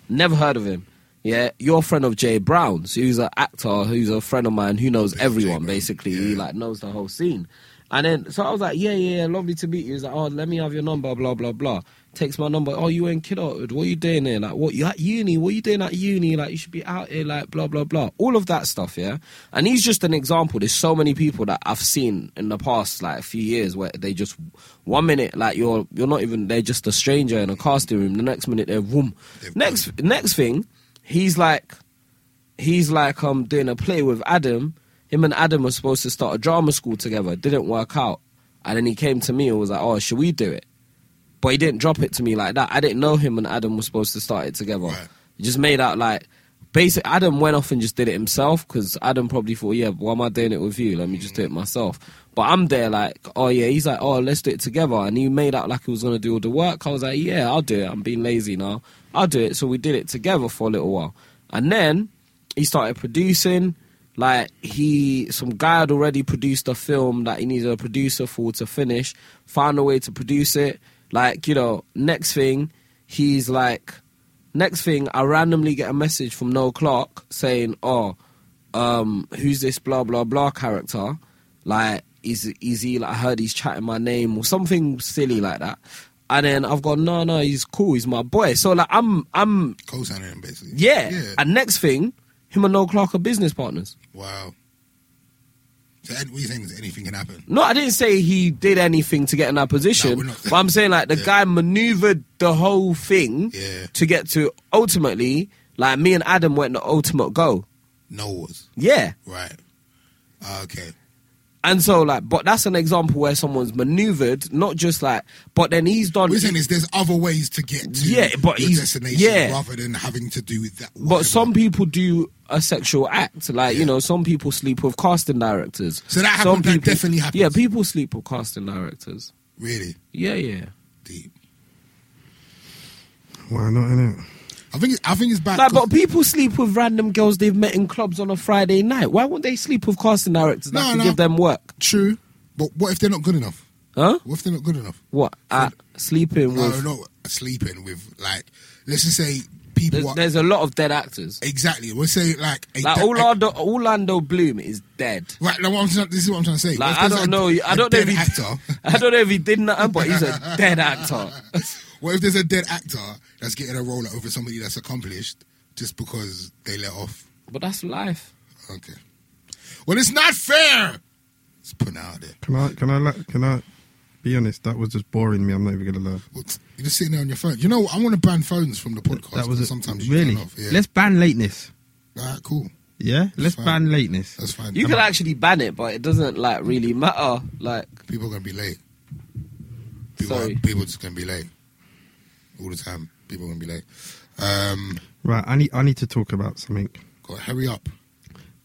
Speaker 3: never heard of him. Yeah, you're a friend of Jay Brown, so who's an actor, who's a friend of mine, who knows
Speaker 2: Big Jay
Speaker 3: everyone
Speaker 2: Brown,
Speaker 3: basically.
Speaker 2: yeah.
Speaker 3: He like knows the whole scene. And then so I was like, yeah, yeah, yeah, lovely to meet you. He's like, oh, let me have your number, blah, blah, blah. Takes my number. Oh, you in Kidderhood? What you doing here? Like, what you at uni? What you doing at uni? Like, you should be out here, like, blah, blah, blah. All of that stuff, yeah. And he's just an example. There's so many people that I've seen in the past, like, few years where they just one minute, like, you're you're not even. They're just a stranger in a casting room. The next minute, they're room.
Speaker 2: They've
Speaker 3: Next next thing, he's like he's like um doing a play with Adam. Him and Adam were supposed to start a drama school together. Didn't work out, and then he came to me and was like, "Oh, should we do it?" But he didn't drop it to me like that. I didn't know him and Adam were supposed to start it together.
Speaker 2: Right.
Speaker 3: He just made out like basic. Adam went off and just did it himself because Adam probably thought, "Yeah, why am I doing it with you? Let me just do it myself." But I'm there like, "Oh yeah," he's like, "Oh, let's do it together," and he made out like he was gonna do all the work. I was like, "Yeah, I'll do it. I'm being lazy now. I'll do it." So we did it together for a little while, and then he started producing. Like he, some guy had already produced a film that he needed a producer for to finish. Found a way to produce it. Like you know, next thing, he's like, Next thing, I randomly get a message from Noel Clark saying, "Oh, um, who's this blah blah blah character? Like, is is he? Like, I heard he's chatting my name or something silly like that." And then I've gone, "No, no, he's cool. He's my boy." So like, I'm I'm
Speaker 2: Co-signing him basically.
Speaker 3: yeah.
Speaker 2: Yeah.
Speaker 3: And next thing, him and Noel Clark are business partners.
Speaker 2: wow. So Ed, what are you saying? is Anything can happen.
Speaker 3: No, I didn't say he did anything to get in that
Speaker 2: No,
Speaker 3: position.
Speaker 2: we're not-
Speaker 3: but I'm saying like the
Speaker 2: Yeah.
Speaker 3: guy maneuvered the whole thing
Speaker 2: Yeah.
Speaker 3: to get to ultimately like me and Adam went the ultimate goal.
Speaker 2: No was
Speaker 3: Yeah.
Speaker 2: right. Ah, okay.
Speaker 3: And so like but that's an example where someone's maneuvered, not just like but then he's done
Speaker 2: What you're saying is there's other ways to get to
Speaker 3: Yeah, but
Speaker 2: your
Speaker 3: he's-
Speaker 2: destination
Speaker 3: yeah.
Speaker 2: rather than having to do with that.
Speaker 3: but
Speaker 2: whatever.
Speaker 3: some people do a sexual act. Like, you
Speaker 2: Yeah.
Speaker 3: know, some people sleep with casting directors.
Speaker 2: So that
Speaker 3: Some
Speaker 2: happens, that definitely happens.
Speaker 3: Yeah, people sleep with casting directors.
Speaker 2: really
Speaker 3: Yeah, yeah.
Speaker 2: deep.
Speaker 1: Why not, innit?
Speaker 2: I think it, I think it's bad.
Speaker 3: Like,
Speaker 2: 'cause-
Speaker 3: but people sleep with random girls they've met in clubs on a Friday night. Why wouldn't they sleep with casting directors that
Speaker 2: No,
Speaker 3: could
Speaker 2: no.
Speaker 3: give them work?
Speaker 2: true. But what if they're not good enough?
Speaker 3: Huh?
Speaker 2: What if they're not good enough?
Speaker 3: What? At sleeping
Speaker 2: No,
Speaker 3: with.
Speaker 2: not sleeping with like. Let's just say people.
Speaker 3: There's,
Speaker 2: are,
Speaker 3: there's a lot of dead actors.
Speaker 2: exactly. We'll say like. A
Speaker 3: Like,
Speaker 2: de- a-
Speaker 3: Orlando, Orlando Bloom is dead.
Speaker 2: Right, no, what I'm trying, this is what I'm trying to say.
Speaker 3: Like,
Speaker 2: What
Speaker 3: I
Speaker 2: if there's
Speaker 3: don't
Speaker 2: a-
Speaker 3: know. I
Speaker 2: a
Speaker 3: don't know if
Speaker 2: dead
Speaker 3: he,
Speaker 2: actor.
Speaker 3: I don't know if he did nothing, but he's a dead actor.
Speaker 2: What if there's a dead actor that's getting a role over somebody that's accomplished just because they let off?
Speaker 3: But that's life.
Speaker 2: Okay. Well, it's not fair. It's putting it out there.
Speaker 1: Can I? Can I? Like, can I? Be honest. That was just boring me. I'm not even gonna lie.
Speaker 2: Well, t- You're just sitting there on your phone. You know, what? I want to ban phones from the podcast.
Speaker 1: that was
Speaker 2: but
Speaker 1: it.
Speaker 2: sometimes you
Speaker 1: really.
Speaker 2: turn off. Yeah.
Speaker 1: Let's ban lateness.
Speaker 2: All right, cool.
Speaker 1: Yeah. Let's
Speaker 2: fine.
Speaker 1: ban lateness.
Speaker 2: That's fine.
Speaker 3: You could actually ban it, but it doesn't like really matter. Like,
Speaker 2: People are gonna be late. People,
Speaker 3: Sorry.
Speaker 2: Are, people are just gonna be late all the time. People are gonna be late. Um,
Speaker 1: Right. I need. I need to talk about something.
Speaker 2: God, hurry up.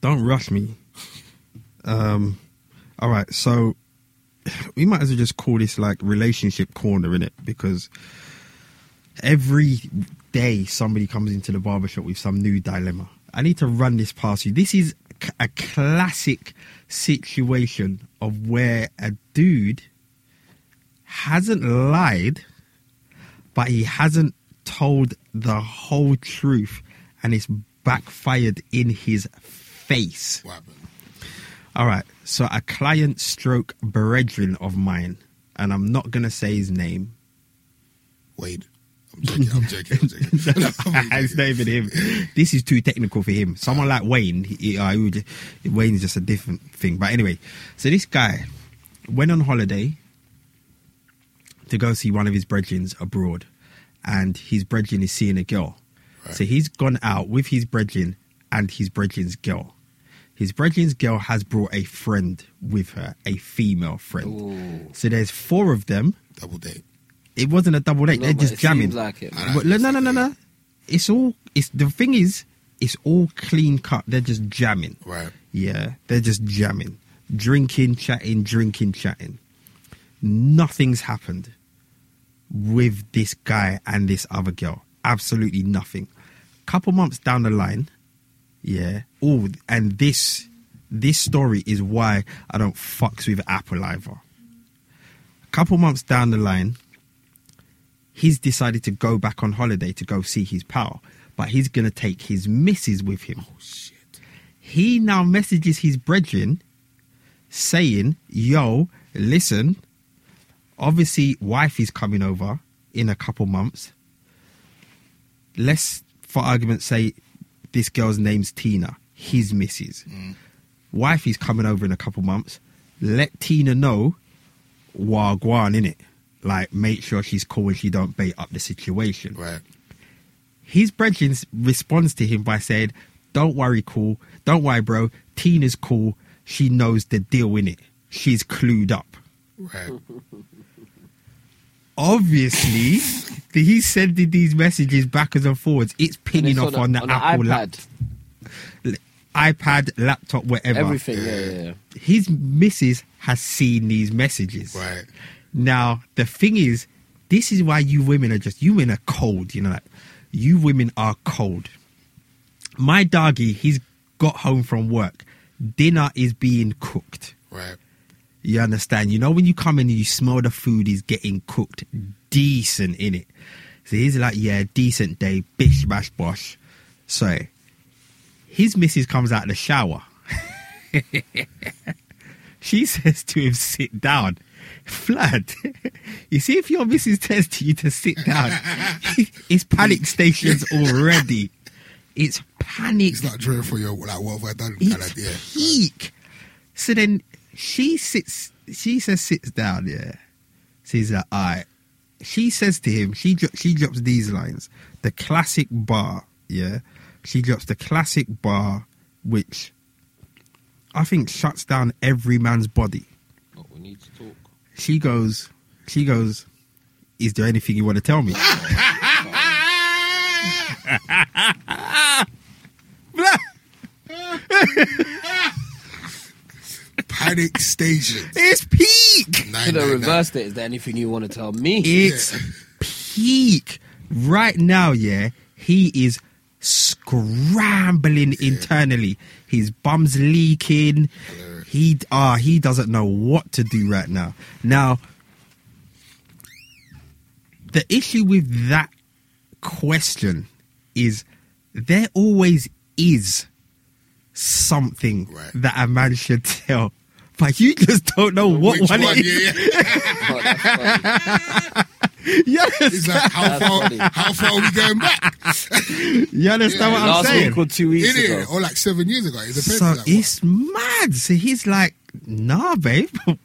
Speaker 1: Don't rush me. Um. All right. So we might as well just call this like relationship corner in it because every day somebody comes into the barbershop with some new dilemma. I need to run this past you. This is c- a classic situation of where a dude hasn't lied, but he hasn't told the whole truth and it's backfired in his face.
Speaker 2: What happened?
Speaker 1: All right. So a client stroke brethren of mine, and I'm not gonna say his name.
Speaker 2: Wade. I'm joking. I'm joking. I'm joking. No, I'm
Speaker 1: it's not
Speaker 2: joking.
Speaker 1: even him. This is too technical for him. Someone like Wayne, he, I would, Wayne's just a different thing. But anyway, so this guy went on holiday to go see one of his brethrens abroad, and his brethren is seeing a girl.
Speaker 2: Right.
Speaker 1: So he's gone out with his brethren and his brethren's girl. His brethren's girl has brought a friend with her, a female friend.
Speaker 3: Ooh.
Speaker 1: So there's four of them.
Speaker 2: Double date.
Speaker 1: It wasn't a double date.
Speaker 3: No,
Speaker 1: They're
Speaker 3: but
Speaker 1: just
Speaker 3: it
Speaker 1: jamming.
Speaker 3: seems like it,
Speaker 2: man.
Speaker 1: But no, no, no, no, no. It's all. It's the thing is, it's all clean cut. They're just jamming.
Speaker 2: Right.
Speaker 1: Yeah, they're just jamming, drinking, chatting, drinking, chatting. Nothing's happened with this guy and this other girl. Absolutely nothing. Couple months down the line, yeah. Oh, and this this story is why I don't fucks with Apple either. A couple months down the line, he's decided to go back on holiday to go see his pal, but he's gonna take his missus with him.
Speaker 2: Oh shit.
Speaker 1: He now messages his brethren saying, Yo, listen, obviously, wife is coming over in a couple months. Let's, for argument's sake, this girl's name's Tina, his missus. Wife is coming over in a couple months. Let Tina know Wagwan in it. Like, make sure she's cool and she don't bait up the situation
Speaker 2: Right.
Speaker 1: his brethren responds to him by saying, "Don't worry, cool. Don't worry, bro. Tina's cool. She knows the deal in it. She's clued up."
Speaker 2: Right.
Speaker 1: Obviously, he's sending these messages backwards and forwards. It's
Speaker 3: and
Speaker 1: pinging off
Speaker 3: it's
Speaker 1: on,
Speaker 3: a-
Speaker 1: the Apple
Speaker 3: iPad.
Speaker 1: lap, iPad, laptop, whatever.
Speaker 3: Everything, yeah, yeah, yeah.
Speaker 1: His missus has seen these messages.
Speaker 2: Right.
Speaker 1: Now, the thing is, this is why you women are just, you women are cold, you know, like, you women are cold. My doggy, he's got home from work. Dinner is being cooked.
Speaker 2: Right.
Speaker 1: You understand? You know, when you come in and you smell the food is getting cooked decent in it. So he's like, yeah, decent day, bish bash bosh. So his missus comes out of the shower. she says to him, sit down. Flood. You see, if your missus tells you to sit down, it's panic stations already. It's panic
Speaker 2: It's like drawing for your like what have I done? kind
Speaker 1: it's
Speaker 2: of, yeah.
Speaker 1: peak. So then she sits. She says sits down. Yeah. So he's like, all right. She says to him. She dro- she drops these lines. The classic bar. Yeah. She drops the classic bar, which I think shuts down every man's body.
Speaker 3: But we need to talk.
Speaker 1: She goes. She goes. Is there anything you want to tell me?
Speaker 2: Panic station.
Speaker 1: It's peak.
Speaker 2: Nine, nine,
Speaker 3: Should have
Speaker 2: nine.
Speaker 3: reversed it. Is there anything you want to tell me?
Speaker 1: It's peak right now. Yeah, he is scrambling internally. His bum's leaking. He ah, he doesn't know what to do right now. Now, the issue with that question is there always is something
Speaker 2: Right.
Speaker 1: that a man should tell, but you just don't know what
Speaker 2: Which
Speaker 1: one,
Speaker 2: one?
Speaker 1: it is.
Speaker 2: Yeah, yeah.
Speaker 3: Oh, that's funny.
Speaker 1: Yes.
Speaker 2: It's like how
Speaker 3: That's
Speaker 2: far?
Speaker 3: funny.
Speaker 2: How far are we going back?
Speaker 1: You understand what I'm
Speaker 3: Last
Speaker 1: saying?
Speaker 3: week or two
Speaker 2: In
Speaker 3: weeks
Speaker 2: it,
Speaker 3: ago.
Speaker 2: or like seven years ago. It depends.
Speaker 1: so
Speaker 2: like, what-
Speaker 1: it's mad. So he's like, nah, babe,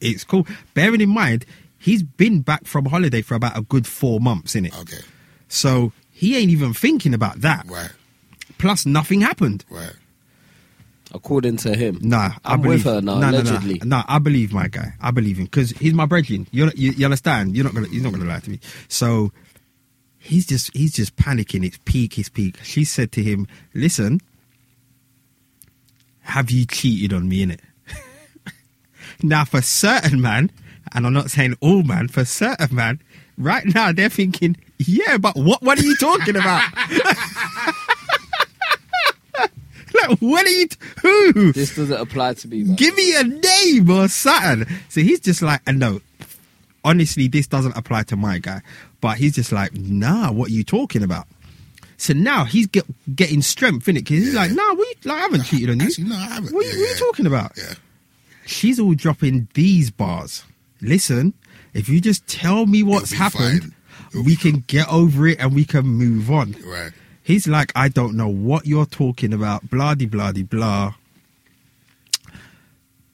Speaker 1: it's cool. Bearing in mind, he's been back from holiday for about a good four months, innit?
Speaker 2: okay.
Speaker 1: So he ain't even thinking about that.
Speaker 2: Oh. Right.
Speaker 1: Plus, nothing happened.
Speaker 2: Right.
Speaker 3: According to him.
Speaker 1: Nah, I
Speaker 3: I'm
Speaker 1: believe,
Speaker 3: with her now,
Speaker 1: Nah, nah, nah.
Speaker 3: allegedly.
Speaker 1: Nah, I believe my guy. I believe him because he's my brethren. You're not- You, you understand? You're not gonna you're not gonna lie to me. So he's just he's just panicking. It's peak. It's peak. She said to him, "Listen, have you cheated on me in it?" now, for certain man, and I'm not saying all man, for certain man, right now they're thinking, "Yeah, but what? What are you talking about?" Like, what are you? T- who?
Speaker 3: This doesn't apply to me. Man.
Speaker 1: give me a name or something. So he's just like, and no, honestly, this doesn't apply to my guy. But he's just like, nah, what are you talking about? So now he's get, getting strength, innit? Because he's like, nah, we, like, I haven't cheated on you.
Speaker 2: Actually, no, I haven't.
Speaker 1: What,
Speaker 2: Yeah,
Speaker 1: you, what
Speaker 2: yeah.
Speaker 1: you talking about?
Speaker 2: Yeah.
Speaker 1: She's all dropping these bars. Listen, if you just tell me what's
Speaker 2: be
Speaker 1: happened,
Speaker 2: fine. It'll
Speaker 1: we can get over it and we can move on.
Speaker 2: Right.
Speaker 1: He's like, I don't know what you're talking about, blah de blah de blah.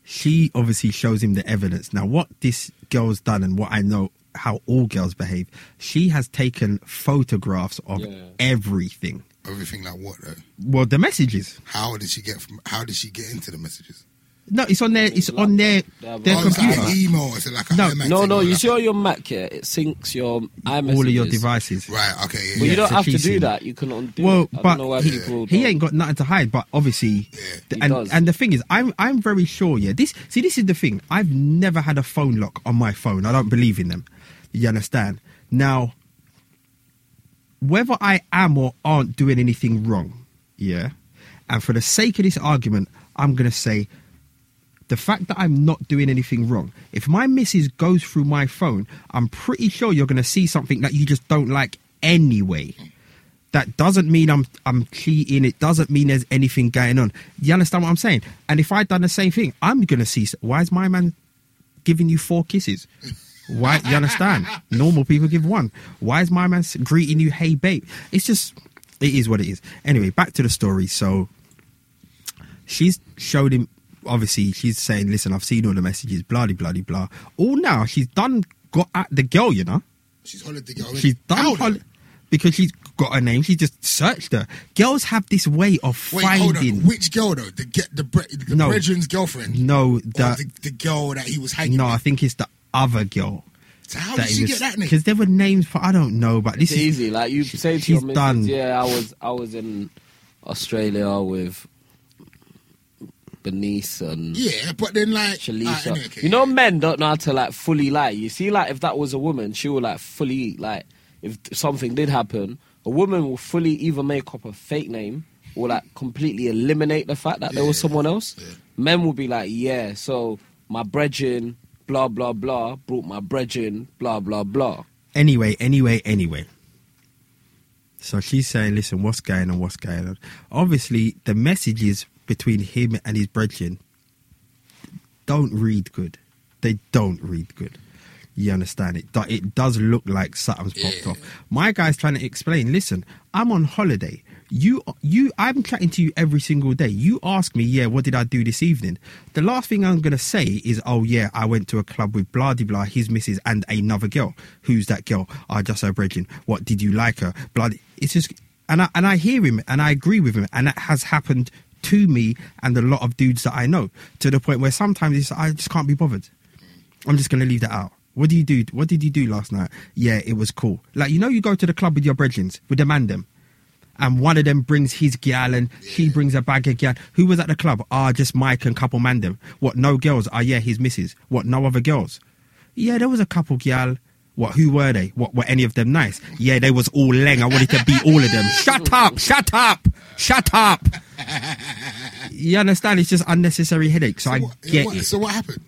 Speaker 1: She obviously shows him the evidence. Now, what this girl's done and what I know how all girls behave, she has taken photographs of
Speaker 3: Yeah.
Speaker 1: everything.
Speaker 2: Everything like what though?
Speaker 1: Well, the messages.
Speaker 2: How did she get from? How did she get into the messages?
Speaker 1: No, it's on their it's on their
Speaker 2: oh,
Speaker 1: their
Speaker 3: Yeah,
Speaker 2: it's like an
Speaker 1: computer.
Speaker 2: email. or Is it like a
Speaker 1: No.
Speaker 2: iMac
Speaker 3: No,
Speaker 2: thing
Speaker 3: no,
Speaker 2: or
Speaker 3: you
Speaker 2: like-
Speaker 3: see on your Mac here, it syncs your iMessages.
Speaker 1: All of your devices.
Speaker 2: Right. Okay. Yeah,
Speaker 3: But
Speaker 2: yeah.
Speaker 3: you don't
Speaker 1: so
Speaker 3: have to
Speaker 1: she's
Speaker 3: do
Speaker 1: seen-
Speaker 3: that. You can undo
Speaker 1: Well,
Speaker 3: it. I
Speaker 1: but
Speaker 3: don't know why
Speaker 1: he,
Speaker 3: people
Speaker 1: he
Speaker 3: don't.
Speaker 1: ain't got nothing to hide. But obviously,
Speaker 3: He
Speaker 1: and
Speaker 3: does.
Speaker 1: and the thing is, I'm I'm very sure. Yeah, this see, this is the thing. I've never had a phone lock on my phone. I don't believe in them. You understand? Now, whether I am or aren't doing anything wrong, yeah, and for the sake of this argument, I'm gonna say the fact that I'm not doing anything wrong. If my missus goes through my phone, I'm pretty sure you're going to see something that you just don't like anyway. That doesn't mean I'm I'm cheating. It doesn't mean there's anything going on. You understand what I'm saying? And if I'd done the same thing, I'm gonna see. s- Why is my man giving you four kisses? Why? You understand? Normal people give one. Why is my man s- greeting you, hey babe? It's just, it is what it is. Anyway, back to the story. So she's showed him obviously she's saying listen i've seen all the messages blah de blah de blah all now she's done got at the girl you know
Speaker 2: She's hollered the girl.
Speaker 1: she's done
Speaker 2: How
Speaker 1: hol-
Speaker 2: then?
Speaker 1: because she's got her name she just searched her girls have this way of
Speaker 2: Wait, hold
Speaker 1: finding
Speaker 2: on. Which girl though? The ge- the, bre- the
Speaker 1: No.
Speaker 2: brethren's girlfriend.
Speaker 1: no
Speaker 2: Or
Speaker 1: the,
Speaker 2: the, the girl that he was hanging.
Speaker 1: no i
Speaker 2: with.
Speaker 1: think it's the other girl
Speaker 2: So how did she get that name?
Speaker 1: because there were names for i don't know but this
Speaker 3: It's
Speaker 1: is
Speaker 3: easy. Like you
Speaker 1: she-
Speaker 3: say to
Speaker 1: she's
Speaker 3: your missus,
Speaker 1: done
Speaker 3: yeah, I was I was in Australia with Bernice and
Speaker 2: Yeah, but then like,
Speaker 3: Shalisa.
Speaker 2: alright, okay,
Speaker 3: you know,
Speaker 2: yeah.
Speaker 3: men don't know how to like fully lie. You see, like if that was a woman, she would like fully like if something did happen, a woman will fully either make up a fake name or like completely eliminate the fact that there was someone else. Men will be like, yeah, so my brethren, blah blah blah, brought my brethren, blah blah blah.
Speaker 1: anyway anyway anyway So she's saying, listen, what's going on? What's going on? Obviously, the messages between him and his brethren don't read good. They don't read good. You understand it? do- It does look like something's popped
Speaker 2: Yeah.
Speaker 1: off. My guy's trying to explain. Listen, I'm on holiday. You, you, I'm chatting to you every single day. You ask me, yeah, what did I do this evening? The last thing I'm gonna say is, oh yeah, I went to a club with blah de blah, his missus and another girl. Who's that girl? I just her brethren. What did you like her? Blah. de-" It's just, and I and I hear him and I agree with him, and that has happened to me and a lot of dudes that I know to the point where sometimes it's, I just can't be bothered. I'm just gonna leave that out. What do you do? What did you do last night? Yeah, it was cool. Like you know, you go to the club with your brethrens, with the mandem, and one of them brings his gal and she brings a bag of gal. Who was at the club? Ah, just Mike and couple mandem. What? No girls? Ah, yeah, his missus. What? No other girls? Yeah, there was a couple gal. What? Who were they? What? Were any of them nice? Yeah, they was all leng. I wanted to beat all of them. Shut up! Shut up! Shut up! You understand? It's just unnecessary headache. So, I
Speaker 2: what,
Speaker 1: get
Speaker 2: what-
Speaker 1: it.
Speaker 2: So what happened?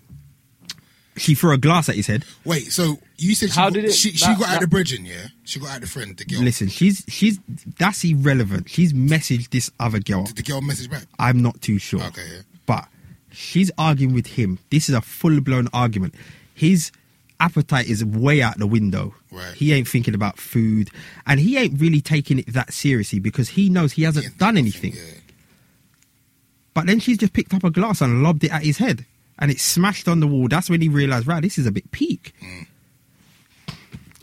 Speaker 1: she threw a glass at his head.
Speaker 2: Wait, so you said she
Speaker 3: How
Speaker 2: got,
Speaker 3: did it-
Speaker 2: she, she
Speaker 3: that-
Speaker 2: got out
Speaker 3: that-
Speaker 2: of bridging, yeah? She got out of friend, the girl.
Speaker 1: Listen, she's she's that's irrelevant. She's messaged this other girl.
Speaker 2: Did the girl message back?
Speaker 1: I'm not too sure.
Speaker 2: Okay, yeah.
Speaker 1: But she's arguing with him. This is a full blown argument. His appetite is way out the window.
Speaker 2: Right.
Speaker 1: He ain't thinking about food and he ain't really taking it that seriously because he knows he hasn't
Speaker 2: Yeah,
Speaker 1: done anything.
Speaker 2: Yeah.
Speaker 1: But then she's just picked up a glass and lobbed it at his head and it smashed on the wall. That's when he realized, right, this is a bit peak.
Speaker 2: Mm.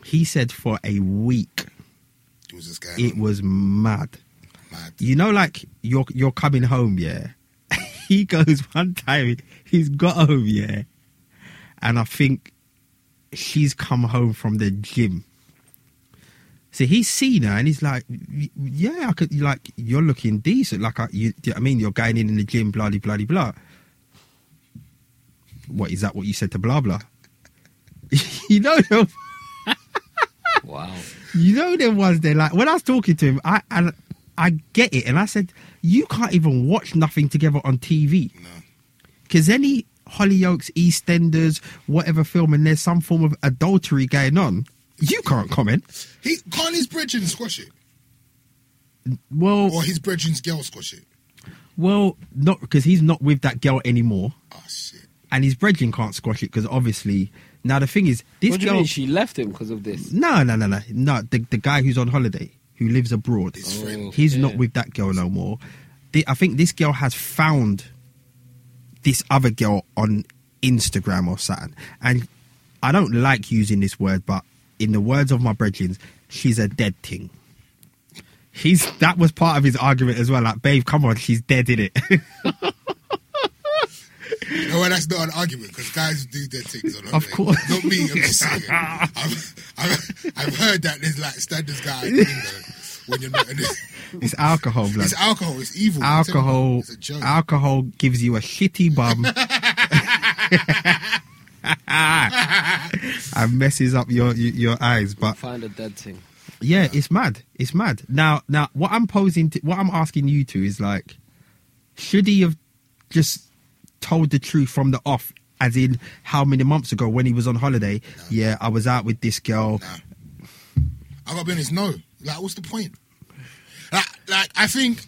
Speaker 1: He said for a week.
Speaker 2: It was this guy.
Speaker 1: It was mad.
Speaker 2: mad.
Speaker 1: you know, like you're you're coming home, yeah. he goes one time, he's got home, yeah, and I think she's come home from the gym. So he's seen her and he's like, "Y- "Yeah, I could." Like you're looking decent. Like I, you, do you know what I mean, you're going in in the gym, bloody, bloody, blah. What is that? What you said to blah blah? you know, the-
Speaker 3: Wow.
Speaker 1: you know there was there like when I was talking to him, I and I get it, and I said you can't even watch nothing together on TV
Speaker 2: No.
Speaker 1: because any Hollyoaks, EastEnders, whatever film, and there's some form of adultery going on, you can't comment.
Speaker 2: He can't his bridging squash it.
Speaker 1: Well,
Speaker 2: Or his bridging's girl squash it.
Speaker 1: well, not because he's not with that girl anymore,
Speaker 2: Oh shit.
Speaker 1: and his brethren can't squash it because obviously now the thing is this
Speaker 3: What do you
Speaker 1: girl.
Speaker 3: mean she left him because of this?
Speaker 1: No, no, no, no, no. The the guy who's on holiday who lives abroad.
Speaker 2: His friend.
Speaker 1: He's not
Speaker 3: Yeah.
Speaker 1: with that girl no more. The, I think this girl has found this other girl on Instagram or something. And I don't like using this word, but in the words of my brethren, she's a dead thing. He's that was part of his argument as well. Like, babe, come on, she's dead in it.
Speaker 2: No, well, that's not an argument because guys do their things. On
Speaker 1: Of course.
Speaker 2: Not me. I'm just saying. I've, I've, I've heard that there's like standards guy you know, when you're not. In this.
Speaker 1: it's alcohol, blood.
Speaker 2: It's alcohol. It's evil. I'm telling you,
Speaker 1: alcohol
Speaker 2: It's a joke.
Speaker 1: alcohol gives you a shitty bum and messes up your your, your eyes but
Speaker 3: Find a dead thing.
Speaker 1: yeah it's mad it's mad now now what i'm posing to, what i'm asking you to is like should he have just told the truth from the off as in how many months ago when he was on holiday yeah i was out with this girl
Speaker 2: Nah. I gotta be honest, no. Like, what's the point? Like, like I think.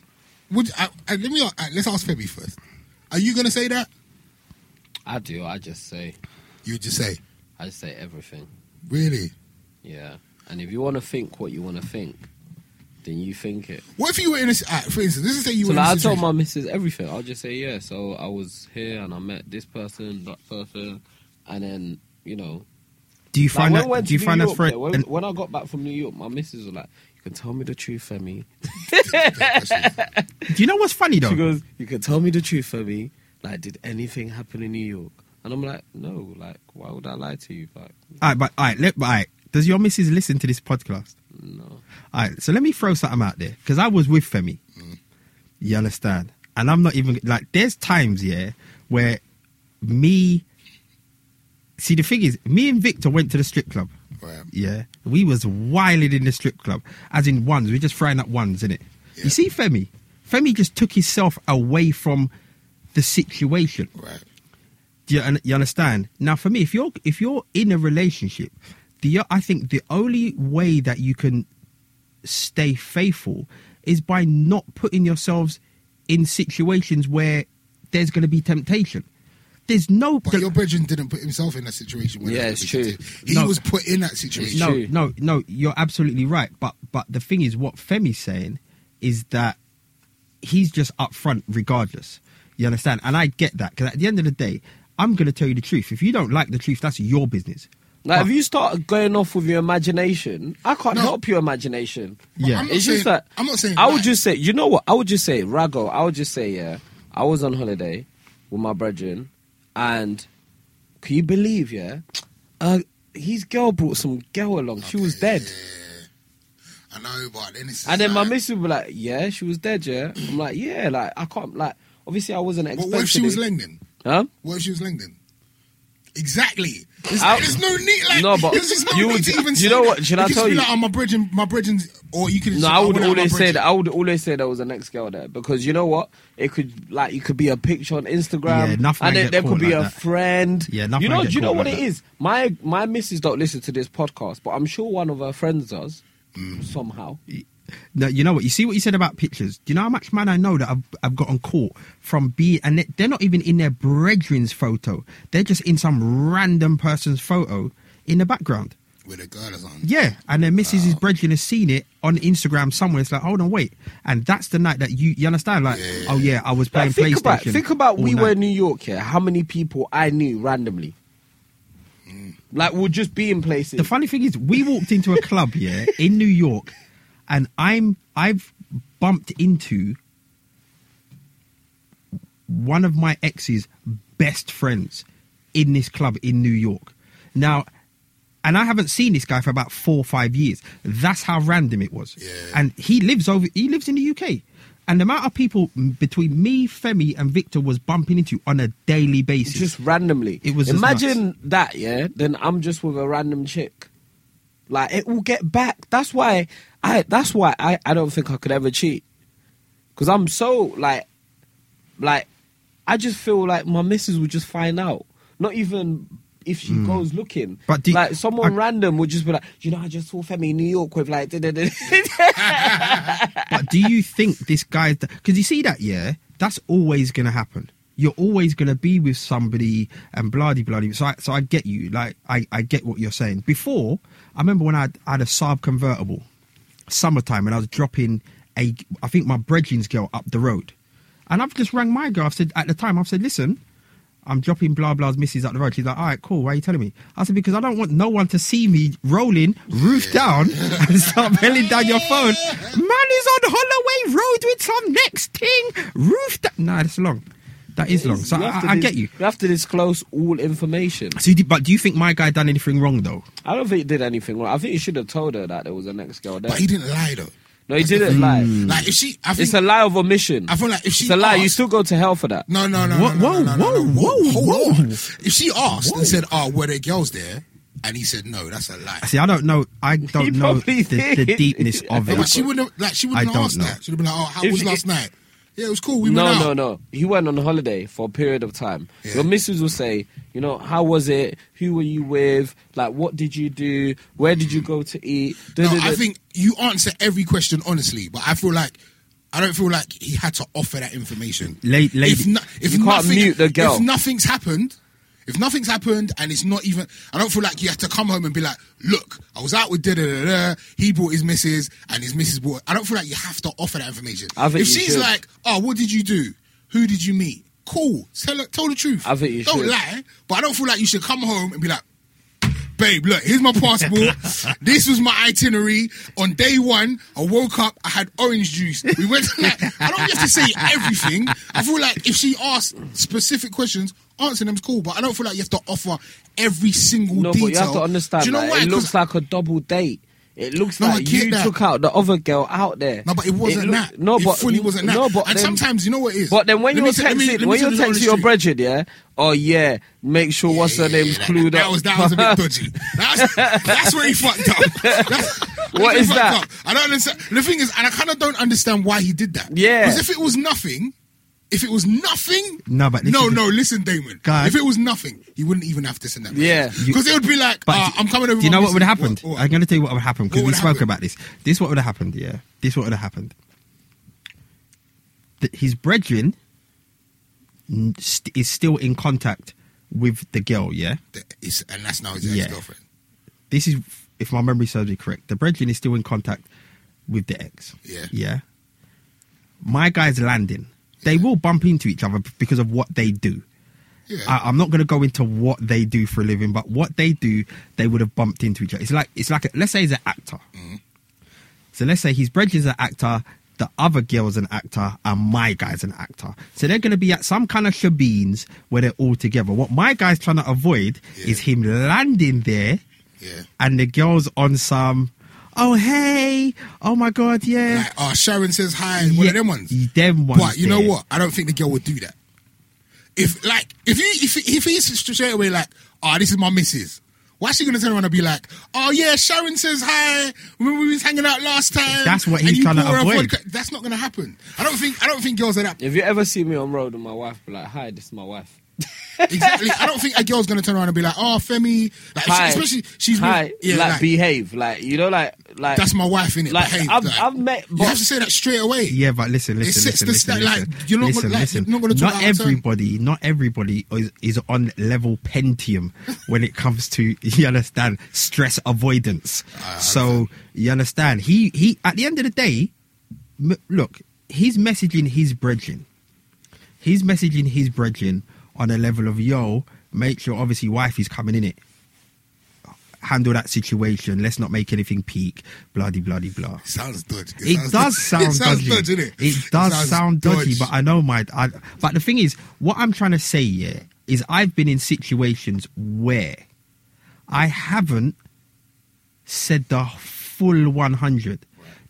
Speaker 2: Would I, I, let me uh, let's ask Febby first. Are you gonna say that?
Speaker 3: I do. I just say.
Speaker 2: You just say
Speaker 3: I say everything.
Speaker 2: really.
Speaker 3: Yeah. And if you want to think what you want to think, then you think it.
Speaker 2: What if you were in a? s- Uh, for instance, let's just say you
Speaker 3: So
Speaker 2: were. in
Speaker 3: like, I
Speaker 2: a
Speaker 3: told
Speaker 2: situation-
Speaker 3: my missus everything. I'll just say yeah. So I was here and I met this person, that person, and then you know.
Speaker 1: do you find
Speaker 3: like,
Speaker 1: that
Speaker 3: when I went
Speaker 1: do you
Speaker 3: to
Speaker 1: find
Speaker 3: New
Speaker 1: that
Speaker 3: York,
Speaker 1: threat
Speaker 3: yeah, when,
Speaker 1: and-
Speaker 3: when I got back from New York, my missus was like, "You can tell me the truth, Femi."
Speaker 1: do you know what's funny though
Speaker 3: She goes, "You can tell me the truth, Femi. Like, did anything happen in New York?" And I'm like, "No. Like, why would I lie to you? Like,
Speaker 1: all right but all right let but all right does your missus listen to this podcast
Speaker 3: no."
Speaker 1: All right, so let me throw something out there because I was with Femi. You understand? And I'm not even like, there's times, yeah, where me. See, the thing is, me and Victor went to the strip club.
Speaker 2: Right.
Speaker 1: Yeah. We was wild in the strip club, as in ones. We're just throwing up ones, innit?
Speaker 2: Yeah.
Speaker 1: You see, Femi? Femi just took himself away from the situation.
Speaker 2: Right.
Speaker 1: Do you, un- you understand? Now, for me, if you're if you're in a relationship, the I think the only way that you can stay faithful is by not putting yourselves in situations where there's going to be temptation. There's no
Speaker 2: But
Speaker 1: the-
Speaker 2: your brethren didn't put himself in that situation. When
Speaker 3: Yeah,
Speaker 2: that
Speaker 3: it's
Speaker 2: was
Speaker 3: true.
Speaker 2: did. He
Speaker 1: No.
Speaker 2: was put in that situation.
Speaker 1: no,
Speaker 3: true.
Speaker 1: no, no. You're absolutely right. But but the thing is, what Femi's saying is that he's just upfront, regardless. You understand? And I get that because at the end of the day, I'm going to tell you the truth. If you don't like the truth, that's your business.
Speaker 3: Like,
Speaker 1: But-
Speaker 3: if you start going off with your imagination, I can't help your imagination.
Speaker 1: Yeah. I'm
Speaker 2: not
Speaker 3: it's
Speaker 2: saying-
Speaker 3: just that
Speaker 2: I'm not saying
Speaker 3: I would
Speaker 2: right.
Speaker 3: just say, you know what? I would just say, Rago. I would just say, yeah, I was on holiday with my brethren, and can you believe, yeah, uh, his girl brought some girl along. She was dead,
Speaker 2: I know, but then it's
Speaker 3: and then my
Speaker 2: like-
Speaker 3: missus was like, yeah, she was dead, yeah. I'm like, yeah, like I can't, like obviously I wasn't
Speaker 2: But
Speaker 3: expecting.
Speaker 2: what if she was
Speaker 3: it.
Speaker 2: Langdon?
Speaker 3: Huh?
Speaker 2: What if she was Langdon? Exactly. There's,
Speaker 3: I-
Speaker 2: there's no need. Like,
Speaker 3: No, but
Speaker 2: there's just no
Speaker 3: you
Speaker 2: need
Speaker 3: would-
Speaker 2: to even
Speaker 3: you
Speaker 2: say
Speaker 3: know
Speaker 2: that.
Speaker 3: what, should I
Speaker 2: could just
Speaker 3: tell
Speaker 2: be
Speaker 3: you?
Speaker 2: Like, oh, my brethren, my brethren's, or you could. just
Speaker 3: No,
Speaker 2: say,
Speaker 3: I
Speaker 2: oh,
Speaker 3: would
Speaker 2: well, like, my
Speaker 3: always say
Speaker 2: brethren.
Speaker 3: that. I would always say there was an ex girl there because you know what? It could like you could be a picture on Instagram,
Speaker 1: Yeah, nothing I
Speaker 3: and then
Speaker 1: get
Speaker 3: there could
Speaker 1: caught
Speaker 3: be
Speaker 1: like
Speaker 3: a
Speaker 1: that.
Speaker 3: friend.
Speaker 1: Yeah, nothing
Speaker 3: you
Speaker 1: I
Speaker 3: know,
Speaker 1: get
Speaker 3: do you know
Speaker 1: caught
Speaker 3: what
Speaker 1: like
Speaker 3: it
Speaker 1: that.
Speaker 3: is? My my missus don't listen to this podcast, but I'm sure one of her friends does
Speaker 1: Mm.
Speaker 3: somehow.
Speaker 1: No, you know what? You see what you said about pictures. Do you know how much man I know that I've, I've gotten caught from being, and they- they're not even in their brethren's photo. They're just in some random person's photo in the background.
Speaker 2: with a girl is on.
Speaker 1: Yeah, and then Mrs. His brethren has seen it on Instagram somewhere. It's like, hold on, wait, and that's the night that you you understand, like, oh yeah, I was playing
Speaker 3: Like, think
Speaker 1: PlayStation.
Speaker 3: about think about
Speaker 1: all
Speaker 3: we
Speaker 1: night.
Speaker 3: were in New York here. How many people I knew randomly,
Speaker 1: Mm.
Speaker 3: like would just be in places.
Speaker 1: The funny thing is, we walked into a club yeah in New York, and I'm I've bumped into one of my ex's best friends in this club in New York. Now, and I haven't seen this guy for about four or five years. That's how random it was.
Speaker 2: Yeah.
Speaker 1: And he lives over. He lives in the UK. And the amount of people m- between me, Femi, and Victor was bumping into on a daily basis.
Speaker 3: just randomly.
Speaker 1: It was just
Speaker 3: imagine that, yeah. Then I'm just with a random chick. Like it will get back. That's why I. That's why I. I don't think I could ever cheat because I'm so like, like, I just feel like my missus would just find out. Not even if she goes looking,
Speaker 1: Hmm. But do-
Speaker 3: like someone
Speaker 1: I-
Speaker 3: random would just be like, you know, I just saw Femi in New York with like, da, da, da, da,
Speaker 1: But do you think this guy? Because you see that, yeah, that's always going to happen. You're always going to be with somebody and bloody bloody. So I, so I get you. Like I, I get what you're saying. Before, I remember when I had, I had a Saab convertible, summertime, and I was dropping a, I think my brethren's girl up the road, and I've just rang my girl. I've said at the time, I've said, listen. I'm dropping blah blah's missus up the road. She's like, all right, cool. Why are you telling me? I said, because I don't want no one to see me rolling roof down and start belling down your phone. Man is on Holloway Road with some next thing. Roof down. Nah, that's long. That is long. So
Speaker 3: You
Speaker 1: I,
Speaker 3: have to
Speaker 1: I, I
Speaker 3: dis-
Speaker 1: get you.
Speaker 3: You have to disclose all information.
Speaker 1: So, you did- but do you think my guy done anything wrong though?
Speaker 3: I don't think he did anything wrong. I think he should have told her that there was an ex girl there.
Speaker 2: But he didn't lie though.
Speaker 3: no, he
Speaker 2: That's the
Speaker 3: didn't
Speaker 2: thing.
Speaker 3: lie.
Speaker 2: Like if she, I think
Speaker 3: It's a lie of omission.
Speaker 2: I feel like if she
Speaker 3: it's a lie. You
Speaker 2: asked-
Speaker 3: still go to hell for that.
Speaker 2: No, no, no,
Speaker 1: Whoa,
Speaker 2: no, no, no, no,
Speaker 1: whoa,
Speaker 2: no, no.
Speaker 1: whoa,
Speaker 2: Hold
Speaker 1: whoa.
Speaker 2: on. If she asked and said, "Oh, were there girls there?" and he said, "No,no, that's a lie."
Speaker 1: See, I don't know. I don't know
Speaker 3: probably
Speaker 1: the, the
Speaker 3: did.
Speaker 1: deepness of
Speaker 2: No,
Speaker 1: it.
Speaker 2: but she wouldn't have, like she wouldn't
Speaker 1: I
Speaker 2: have
Speaker 1: don't
Speaker 2: asked
Speaker 1: know.
Speaker 2: that. She'd have been like, "Oh, how
Speaker 3: If
Speaker 2: was
Speaker 3: she-
Speaker 2: last night?" Yeah, it was cool. We
Speaker 3: no,
Speaker 2: went out.
Speaker 3: no, no. He went on holiday for a period of time.
Speaker 2: Yeah.
Speaker 3: Your missus will say, you know, how was it? Who were you with? Like, what did you do? Where did you go to eat? Da,
Speaker 2: No,
Speaker 3: da, da.
Speaker 2: I think you answer every question honestly, but I feel like I don't feel like he had to offer that information.
Speaker 1: La- lady-
Speaker 2: if, no, if
Speaker 3: You can't
Speaker 2: nothing,
Speaker 3: mute the girl.
Speaker 2: If nothing's happened, if nothing's happened, and it's not even, I don't feel like you have to come home and be like, "Look, I was out with da da da da. He brought his missus, and his missus brought." I don't feel like you have to offer that information.
Speaker 3: I think
Speaker 2: if
Speaker 3: you
Speaker 2: she's
Speaker 3: should.
Speaker 2: like, "Oh, what did you do? Who did you meet?" Cool, tell her, tell the truth.
Speaker 3: I think you
Speaker 2: don't
Speaker 3: should.
Speaker 2: lie, but I don't feel like you should come home and be like, babe, look, here's my passport. this was my itinerary. On day one, I woke up, I had orange juice. We went to like, I don't have to say everything. I feel like if she asked specific questions, answering them's cool, but I don't feel like you have to offer every single
Speaker 3: no,
Speaker 2: detail.
Speaker 3: but you have to understand.
Speaker 2: Do you know
Speaker 3: like,
Speaker 2: why?
Speaker 3: It
Speaker 2: 'Cause-
Speaker 3: looks like a double date. It looks
Speaker 2: No, I
Speaker 3: like
Speaker 2: get
Speaker 3: you
Speaker 2: that.
Speaker 3: took out the other girl out there.
Speaker 2: No, but it wasn't
Speaker 3: look-
Speaker 2: that.
Speaker 3: No,
Speaker 2: It
Speaker 3: but
Speaker 2: fully wasn't that.
Speaker 3: No, but
Speaker 2: And
Speaker 3: then-
Speaker 2: sometimes, you know what it is?
Speaker 3: But then
Speaker 2: Let
Speaker 3: when you're
Speaker 2: me t- let me- let
Speaker 3: texting,
Speaker 2: me
Speaker 3: when
Speaker 2: tell
Speaker 3: you're
Speaker 2: you the honest
Speaker 3: texting your
Speaker 2: truth.
Speaker 3: brethren, yeah. Oh yeah, make sure what's her name's
Speaker 2: Yeah,
Speaker 3: clued
Speaker 2: that,
Speaker 3: up.
Speaker 2: That was that was a bit dodgy. That's, that's where he fucked up. That's- that's
Speaker 3: What
Speaker 2: where he
Speaker 3: is
Speaker 2: fucked
Speaker 3: that?
Speaker 2: up. I don't understand. The thing is, and I kind of don't understand why he did that.
Speaker 3: Yeah.
Speaker 2: because if it was nothing, If it was nothing,
Speaker 1: No, but
Speaker 2: no,
Speaker 1: listen to-
Speaker 2: no. Listen, Damon.
Speaker 1: Guys-
Speaker 2: if it was nothing, he wouldn't even have to send that.
Speaker 3: Yeah.
Speaker 1: You-
Speaker 2: because it would be like,
Speaker 1: But
Speaker 2: uh,
Speaker 1: do-
Speaker 2: "I'm coming over."
Speaker 1: Do you know
Speaker 2: my
Speaker 1: what would have
Speaker 2: missus.
Speaker 1: happened?
Speaker 2: What- what?
Speaker 1: I'm going to tell you what would happen because
Speaker 2: What
Speaker 1: we
Speaker 2: would
Speaker 1: spoke
Speaker 2: happen?
Speaker 1: about this. This what would have happened. Yeah, this what would have happened. That his brethren n- st- is still in contact with the girl. Yeah,
Speaker 2: That is- and that's now his
Speaker 1: Yeah.
Speaker 2: ex-girlfriend.
Speaker 1: this is if my memory serves me correct. The brethren is still in contact with the ex.
Speaker 2: Yeah.
Speaker 1: yeah. My guys landing. They will bump into each other because of what they do.
Speaker 2: Yeah,
Speaker 1: I, I'm not going to go into what they do for a living, but what they do, they would have bumped into each other. It's like it's like a, let's say he's an actor.
Speaker 2: Mm-hmm.
Speaker 1: So let's say his brethren's an actor, the other girl's an actor, and my guy's an actor. So they're going to be at some kind of shabines where they're all together. What my guy's trying to avoid
Speaker 2: Yeah.
Speaker 1: is him landing there,
Speaker 2: yeah.
Speaker 1: and the girl's on some. Oh hey! Oh my god! Yeah.
Speaker 2: Like, uh, Sharon says hi. and One
Speaker 1: Yeah,
Speaker 2: of them ones.
Speaker 1: Them ones.
Speaker 2: But you know
Speaker 1: there.
Speaker 2: what? I don't think the girl would do that. If like if you if if he's straight away like, oh, this is my missus. Why is she gonna turn around and be like, oh yeah, Sharon says hi. Remember we was hanging out last time.
Speaker 1: That's what
Speaker 2: and
Speaker 1: he's
Speaker 2: you
Speaker 1: trying to
Speaker 2: bought her a
Speaker 1: avoid.
Speaker 2: vodka." That's not gonna happen. I don't think I don't think girls are that
Speaker 3: If you ever see me on road and my wife be like, "Hi, this is my wife."
Speaker 2: exactly. I don't think a girl's gonna turn around and be like, oh Femi, like
Speaker 3: Hi,
Speaker 2: especially she's with-
Speaker 3: hi,
Speaker 2: yeah,
Speaker 3: like,
Speaker 2: like,
Speaker 3: behave, like you know, like like
Speaker 2: that's my wife in it.
Speaker 3: like,
Speaker 2: Behave,
Speaker 3: I've-
Speaker 2: like.
Speaker 3: I've met-
Speaker 2: You have to say that straight away.
Speaker 1: Yeah, but listen, listen,
Speaker 2: sets
Speaker 1: listen,
Speaker 2: the
Speaker 1: listen,
Speaker 2: sta-
Speaker 1: listen.
Speaker 2: like, you're not gonna-
Speaker 1: listen,
Speaker 2: like,
Speaker 1: listen.
Speaker 2: you're not gonna talk
Speaker 1: Not
Speaker 2: out of turn.
Speaker 1: everybody, not everybody is, is on level Pentium when it comes to you understand stress avoidance. so you understand he he at the end of the day, m- look, he's messaging his brethren. He's messaging his brethren on a level of yo, make sure obviously wife is coming in it. Handle that situation. Let's not make anything peak. Bloody bloody blah.
Speaker 2: Sounds dodgy.
Speaker 1: It
Speaker 2: sounds
Speaker 1: does sound
Speaker 2: it sounds
Speaker 1: dodgy.
Speaker 2: dodgy, innit?
Speaker 1: It does
Speaker 2: sounds
Speaker 1: sound dodgy, but I know my. I, but the thing is, what I'm trying to say here is I've been in situations where I haven't said the full 100.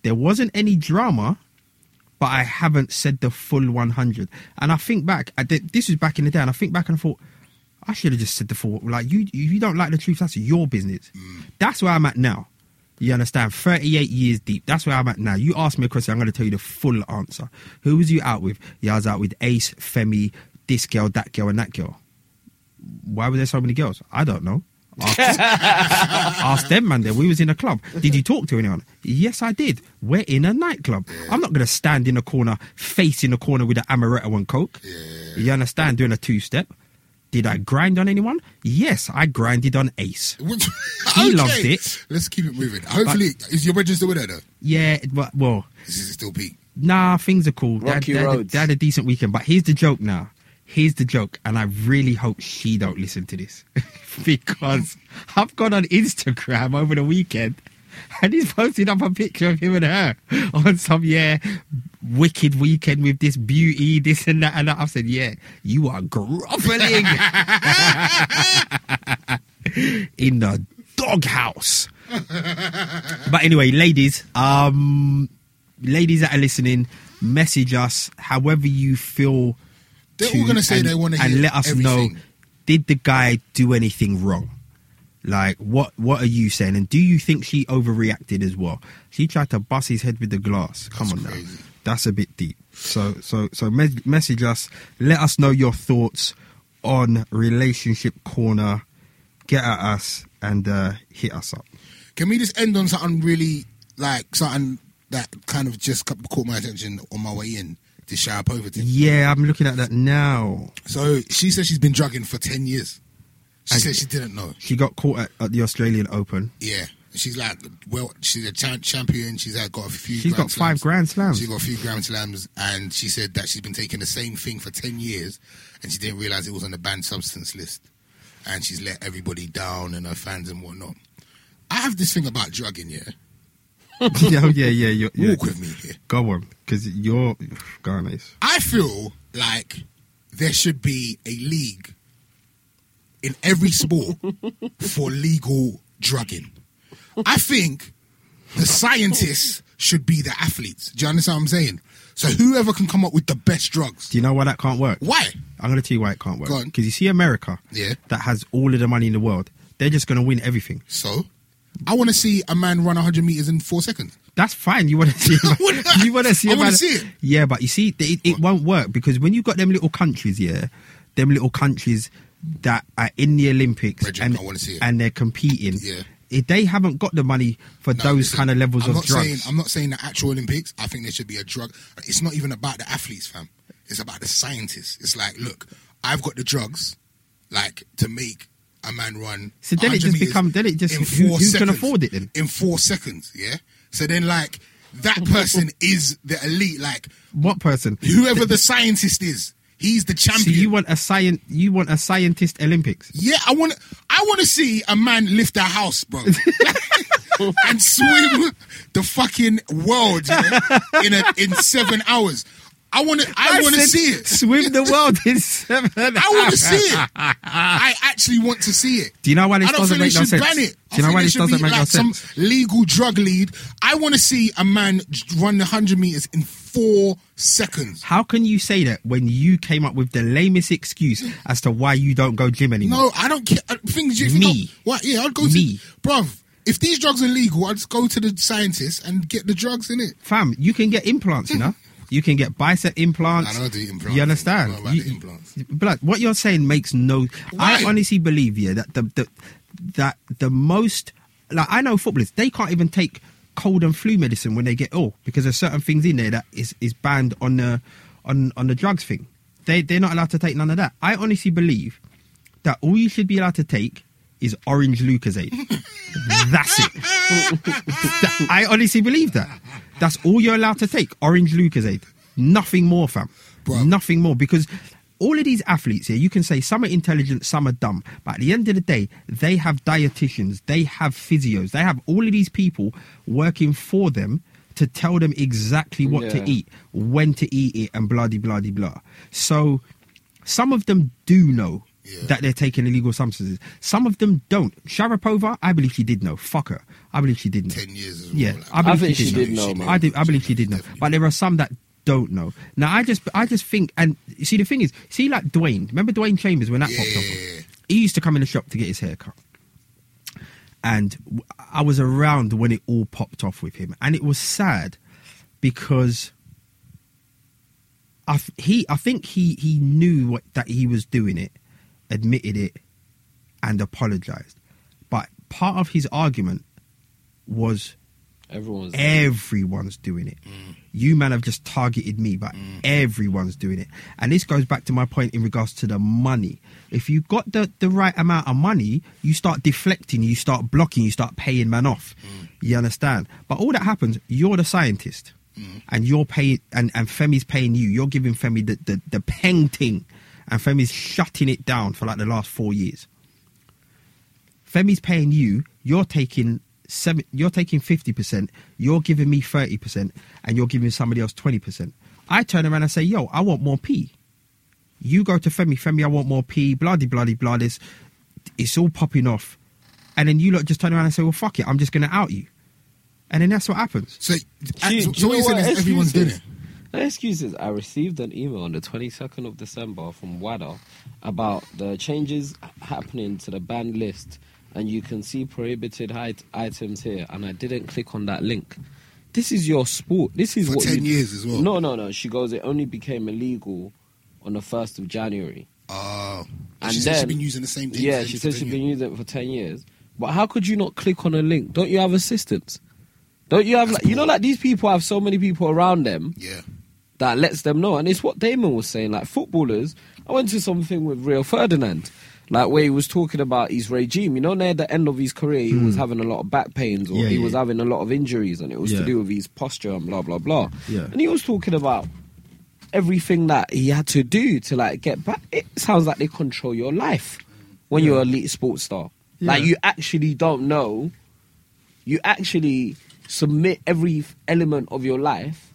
Speaker 1: There wasn't any drama, but I haven't said the full 100. And I think back, I did, this was back in the day, and I think back and I thought, I should have just said the full. Like you, you don't like the truth. That's your business. That's where I'm at now. You understand? 38 years deep. That's where I'm at now. You ask me a question, I'm going to tell you the full answer. Who was you out with? Yeah, I was out with Ace, Femi, this girl, that girl, and that girl. Why were there so many girls? I don't know. Ask, ask them, man. Then we was in a club. Did you talk to anyone? Yes, I did. We're in a nightclub. I'm not gonna stand in a corner, face in a corner with an amaretto and coke. You understand? Doing a two step. Did I grind on anyone? Yes, I grinded on Ace.
Speaker 2: Which,
Speaker 1: He loved it.
Speaker 2: Let's keep it moving. Hopefully, is your bridge still with her though?
Speaker 1: Yeah, but well,
Speaker 2: Is it still peak?
Speaker 1: Nah, things are cool. They had-
Speaker 3: Rocky
Speaker 1: they, had, a-
Speaker 3: roads.
Speaker 1: they had a decent weekend, but here's the joke now. Here's the joke, and I really hope she don't listen to this because I've gone on Instagram over the weekend and he's posted up a picture of him and her on some yeah wicked weekend with this beauty, this and that, and that. I've said, yeah, you are groveling in the doghouse. But anyway, ladies, um, ladies that are listening, message us however you feel.
Speaker 2: They're all gonna say
Speaker 1: and-
Speaker 2: they wanna
Speaker 1: and
Speaker 2: hear
Speaker 1: let us know.
Speaker 2: everything.
Speaker 1: Did the guy do anything wrong? Like, what what are you saying? And do you think she overreacted as well? She tried to bust his head with the glass. Come
Speaker 2: That's
Speaker 1: on
Speaker 2: crazy.
Speaker 1: now, that's a bit deep. So so so mes- message us. Let us know your thoughts on relationship corner. Get at us and uh, hit us up.
Speaker 2: Can we just end on something really like something that kind of just ca- caught my attention on my way in to shower poverty?
Speaker 1: Yeah, I'm looking at that now.
Speaker 2: So she says she's been drugging for ten years. She
Speaker 1: And-
Speaker 2: said she didn't know.
Speaker 1: She got caught at, at the Australian Open.
Speaker 2: Yeah, she's like, well, she's a cha- champion. She's had got a few.
Speaker 1: She's got five grand slams.
Speaker 2: She got a few grand slams, and she said that she's been taking the same thing for ten years, and she didn't realize it was on the banned substance list, and she's let everybody down and her fans and whatnot. I have this thing about drugging. Yeah,
Speaker 1: yeah, yeah, yeah, yeah, yeah.
Speaker 2: walk with me here.
Speaker 1: Go on, because you're go on, Ace.
Speaker 2: I feel like there should be a league in every sport for legal drugging. I think the scientists should be the athletes. Do you understand what I'm saying? So whoever can come up with the best drugs.
Speaker 1: Do you know why that can't work?
Speaker 2: Why?
Speaker 1: I'm going to tell you why it can't work.
Speaker 2: Go on.
Speaker 1: Because you see America,
Speaker 2: Yeah.
Speaker 1: that has all of the money in the world. They're just going to win everything.
Speaker 2: So I want to see a man run 100 meters in four seconds.
Speaker 1: That's fine. You want to see? About,
Speaker 2: wouldn't-
Speaker 1: you want to see?
Speaker 2: I wanna
Speaker 1: about
Speaker 2: see it.
Speaker 1: Yeah, but you see, they- it, it won't work because when you've got them little countries, yeah, them little countries that are in the Olympics
Speaker 2: Bridget,
Speaker 1: and
Speaker 2: I wanna see it.
Speaker 1: and they're competing.
Speaker 2: Yeah.
Speaker 1: If they haven't got the money for
Speaker 2: No,
Speaker 1: those
Speaker 2: listen,
Speaker 1: kind of levels
Speaker 2: I'm
Speaker 1: of
Speaker 2: not
Speaker 1: drugs.
Speaker 2: Saying, I'm not saying the actual Olympics. I think there should be a drug. It's not even about the athletes, fam. It's about the scientists. It's like, look, I've got the drugs, like to make a man run.
Speaker 1: So then
Speaker 2: 100
Speaker 1: it just
Speaker 2: meters
Speaker 1: become- then it just-
Speaker 2: in
Speaker 1: who-
Speaker 2: four
Speaker 1: who can
Speaker 2: seconds.
Speaker 1: afford it then?
Speaker 2: in four seconds. Yeah. So then, like that person is the elite. Like
Speaker 1: What person?
Speaker 2: whoever the scientist is, he's the
Speaker 1: So
Speaker 2: champion.
Speaker 1: you want a science? You want a scientist Olympics?
Speaker 2: Yeah, I want to. I want to see a man lift a house, bro, and swim the fucking world yeah, in a, in seven hours. I want to. I want to
Speaker 1: said
Speaker 2: see it.
Speaker 1: Swim the world in seven.
Speaker 2: I want to see it. I actually want to see it.
Speaker 1: Do you know why this
Speaker 2: I don't
Speaker 1: doesn't
Speaker 2: think they
Speaker 1: make no
Speaker 2: should
Speaker 1: sense?
Speaker 2: ban it.
Speaker 1: Do you
Speaker 2: I think
Speaker 1: know why
Speaker 2: there
Speaker 1: this
Speaker 2: should
Speaker 1: doesn't
Speaker 2: be,
Speaker 1: make no
Speaker 2: like, some Legal drug lead. I want to see a man j- run the hundred meters in four seconds.
Speaker 1: How can you say that when you came up with the lamest excuse as to why you don't go gym anymore?
Speaker 2: No, I don't care. Uh, I- Things you think
Speaker 1: Me.
Speaker 2: I- What? Yeah, I'd go to
Speaker 1: Me.
Speaker 2: bruv. If these drugs are legal, I'd just go to the scientists and get the drugs in it.
Speaker 1: Fam, you can get implants, you know? You can get bicep implants.
Speaker 2: I don't do implants.
Speaker 1: You understand?
Speaker 2: I don't know about
Speaker 1: You-
Speaker 2: the implants.
Speaker 1: Blood, what you're saying makes no.
Speaker 2: Why?
Speaker 1: I honestly believe, yeah, that the, the that the most like I know footballers, they can't even take cold and flu medicine when they get ill because there's certain things in there that is is banned on the on on the drugs thing. They they're not allowed to take none of that. I honestly believe that all you should be allowed to take is orange Lucasade. That's it. That- I honestly believe that. That's all you're allowed to take. Orange Lucasade. Nothing more, fam.
Speaker 2: Bruh.
Speaker 1: Nothing more. Because all of these athletes here, you can say some are intelligent, some are dumb. But at the end of the day, they have dietitians, they have physios, they have all of these people working for them to tell them exactly what
Speaker 3: Yeah.
Speaker 1: to eat, when to eat it, and bloody, bloody, blah. So some of them do know
Speaker 2: Yeah.
Speaker 1: that they're taking illegal substances. Some of them don't. Sharapova, I believe she did know. Fuck her. I believe she did know.
Speaker 2: Ten years. As well,
Speaker 1: Yeah,
Speaker 2: like-
Speaker 1: I believe
Speaker 3: think
Speaker 1: she,
Speaker 3: she
Speaker 1: did
Speaker 3: did know, man.
Speaker 1: I, did, I believe she did know.
Speaker 2: Definitely.
Speaker 1: But there are some that don't know. Now, I just, I just think, and you see, the thing is, see, like Dwayne. Remember Dwayne Chambers when that
Speaker 2: Yeah,
Speaker 1: popped
Speaker 2: yeah,
Speaker 1: up?
Speaker 2: yeah.
Speaker 1: He used to come in the shop to get his hair cut, and w- I was around when it all popped off with him, and it was sad because. I th- he I think he he knew what, that he was doing it, admitted it, and apologized. But part of his argument was
Speaker 3: Everyone's
Speaker 2: Eh,
Speaker 1: everyone's doing it. You man have just targeted me, but everyone's doing it. And this goes back to my point in regards to the money. If you got the, the right amount of money, you start deflecting, you start blocking, you start paying man off. You understand? But all that happens, you're the scientist. And you're paying, and, and Femi's paying you. You're giving Femi the, the, the painting, and Femi's shutting it down for like the last four years. Femi's paying you. You're taking seven. You're taking fifty percent. You're giving me thirty percent, and you're giving somebody else twenty percent. I turn around and say, "Yo, I want more P." You go to Femi. Femi, I want more P. Bloody, bloody, blah. This, it's all popping off, and then you lot just turn around and say, "Well, fuck it. I'm just gonna out you," and then that's what happens.
Speaker 2: So, uh,
Speaker 3: Do you-
Speaker 2: so,
Speaker 3: do
Speaker 2: so
Speaker 3: you
Speaker 2: what you're
Speaker 3: know
Speaker 2: saying
Speaker 3: what
Speaker 2: is everyone's doing
Speaker 3: excuse
Speaker 2: it.
Speaker 3: is? The excuse is I received an email on the 22nd of December from WADA about the changes happening to the ban list, and you can see prohibited height items here, and I didn't click on that link. This is your sport. This is
Speaker 2: For
Speaker 3: what
Speaker 2: 10
Speaker 3: you-
Speaker 2: years as well.
Speaker 3: No, no, no. She goes. It only became illegal on the first of January.
Speaker 1: Uh,
Speaker 2: Oh,
Speaker 3: And
Speaker 2: she
Speaker 3: then,
Speaker 2: said she's been using the same thing.
Speaker 3: Yeah,
Speaker 2: for 10
Speaker 3: she said she's been
Speaker 2: years.
Speaker 3: using it for ten years. But how could you not click on a link? Don't you have assistants? Don't you have
Speaker 2: That's
Speaker 3: like you know
Speaker 2: poor.
Speaker 3: like these people have so many people around them
Speaker 2: Yeah,
Speaker 3: that lets them know. And it's what Damon was saying. Like footballers, I went to something with Rio Ferdinand, like where he was talking about his regime. You know, near the end of his career, he was having a lot of back pains or
Speaker 1: Hmm. Yeah,
Speaker 3: he
Speaker 1: yeah,
Speaker 3: was
Speaker 1: yeah.
Speaker 3: having a lot of injuries, and it was
Speaker 1: Yeah.
Speaker 3: to do with his posture and blah blah blah.
Speaker 1: Yeah.
Speaker 3: And he was talking about everything that he had to do to like get back. It sounds like they control your life when you're an elite sports star. Like
Speaker 1: Yeah.
Speaker 3: you actually don't know. You actually submit every f- element of your life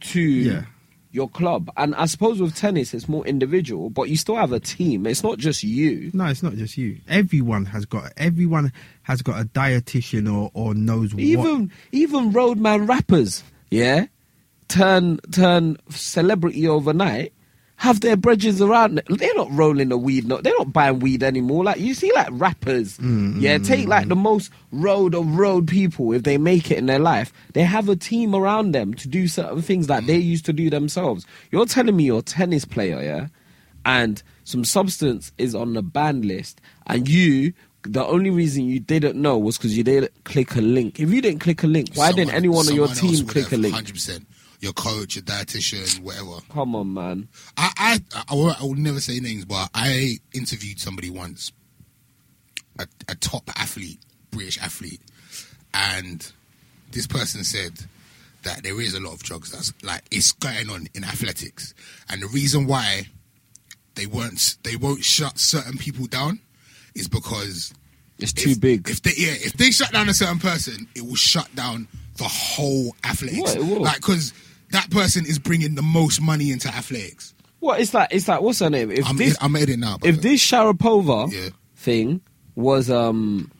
Speaker 3: to
Speaker 1: Yeah.
Speaker 3: your club. And I suppose with tennis, it's more individual, but you still have a team. It's not just you.
Speaker 1: No, it's not just you. Everyone has got. Everyone has got a dietitian or or knows what.
Speaker 3: Even even roadman rappers, yeah, turn turn celebrity overnight, have their bridges around. They're not rolling the weed. No, they're not buying weed anymore. Like you see, like rappers. yeah, take like the most road of road people. If they make it in their life, they have a team around them to do certain things that they used to do themselves. You're telling me you're a tennis player, yeah? and some substance is on the ban list, and you, the only reason you didn't know was because you didn't click a link. If you didn't click a link, why didn't anyone on your team click a link?
Speaker 2: Hundred percent. Your coach, your dietitian, whatever.
Speaker 3: Come on, man.
Speaker 2: I I I will, I will never say names, but I interviewed somebody once, a, a top athlete, British athlete, and this person said that there is a lot of drugs that's like it's going on in athletics, and the reason why they won't they won't shut certain people down is because
Speaker 3: It's
Speaker 2: if-
Speaker 3: too big.
Speaker 2: If they yeah, if they shut down a certain person, it will shut down the whole athletics.
Speaker 3: Yeah, it will.
Speaker 2: Like because that person is bringing the most money into athletics.
Speaker 3: What it's like? It's like what's her name? If
Speaker 2: I'm,
Speaker 3: this,
Speaker 2: I'm editing now. by
Speaker 3: if
Speaker 2: the-
Speaker 3: this Sharapova
Speaker 2: Yeah.
Speaker 3: thing was um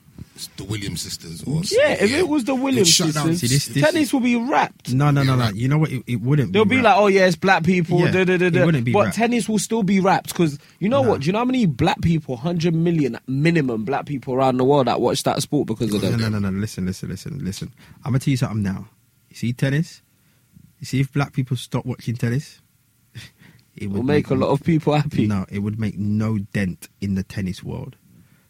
Speaker 2: the Williams sisters, or
Speaker 3: yeah, if it was the
Speaker 2: They'd
Speaker 3: Williams
Speaker 2: shut down-
Speaker 1: See,
Speaker 3: sisters,
Speaker 1: this- this-
Speaker 3: tennis would be wrapped.
Speaker 1: No, no, no,
Speaker 2: Yeah,
Speaker 1: no.
Speaker 2: right.
Speaker 1: You know what? It, it wouldn't.
Speaker 3: They'll be
Speaker 1: rap.
Speaker 3: like, oh yeah, it's black people.
Speaker 1: Yeah,
Speaker 3: da, da, da,
Speaker 1: it
Speaker 3: da.
Speaker 1: wouldn't be
Speaker 3: but
Speaker 1: rap.
Speaker 3: tennis will still be wrapped because you know
Speaker 1: No.
Speaker 3: what? Do you know how many black people, hundred million minimum black people around the world that watch that sport because of
Speaker 1: No,
Speaker 3: them?
Speaker 1: no, no, no. Listen, listen, listen, listen. I'm gonna tell you something now. You see tennis. You see if black people stop watching tennis, it
Speaker 3: Will make a lot of people happy.
Speaker 1: No, it would make no dent in the tennis world.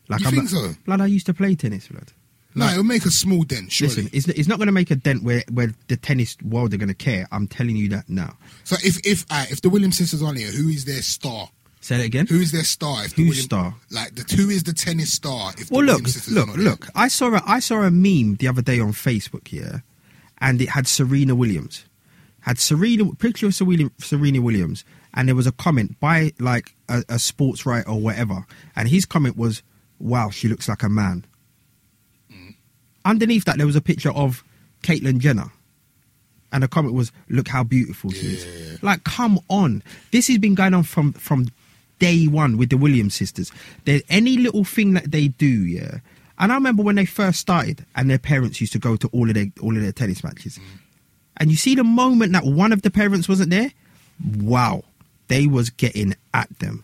Speaker 1: Like
Speaker 2: You
Speaker 1: I'm,
Speaker 2: think
Speaker 1: like-
Speaker 2: so?
Speaker 1: Blood, I used to play tennis, blood.
Speaker 2: no, it'll make a small dent, surely.
Speaker 1: Listen, it's, it's not going to make a dent where, where the tennis world are going to care. I'm telling you that now.
Speaker 2: so if if uh, if the Williams sisters on here, who is their star?
Speaker 1: Say that again.
Speaker 2: Who is their star? If the
Speaker 1: Who's
Speaker 2: Williams-
Speaker 1: star?
Speaker 2: Like the who is the tennis star? If the
Speaker 1: Well, look,
Speaker 2: Williams sisters are
Speaker 1: look,
Speaker 2: not there?
Speaker 1: look. I saw a, I saw a meme the other day on Facebook, yeah, and it had Serena Williams, had Serena picture of Serena, Serena Williams, and there was a comment by like a, a sports writer or whatever, and his comment was, "Wow, she looks like a man." Underneath that, there was a picture of Caitlyn Jenner. And the comment was, "Look how beautiful she
Speaker 2: Yeah.
Speaker 1: is." Like, come on, this has been going on from from day one with the Williams sisters. There's any little thing that they do, yeah. And I remember when they first started, and their parents used to go to all of their all of their tennis matches. And you see the moment that one of the parents wasn't there, wow, they was getting at them.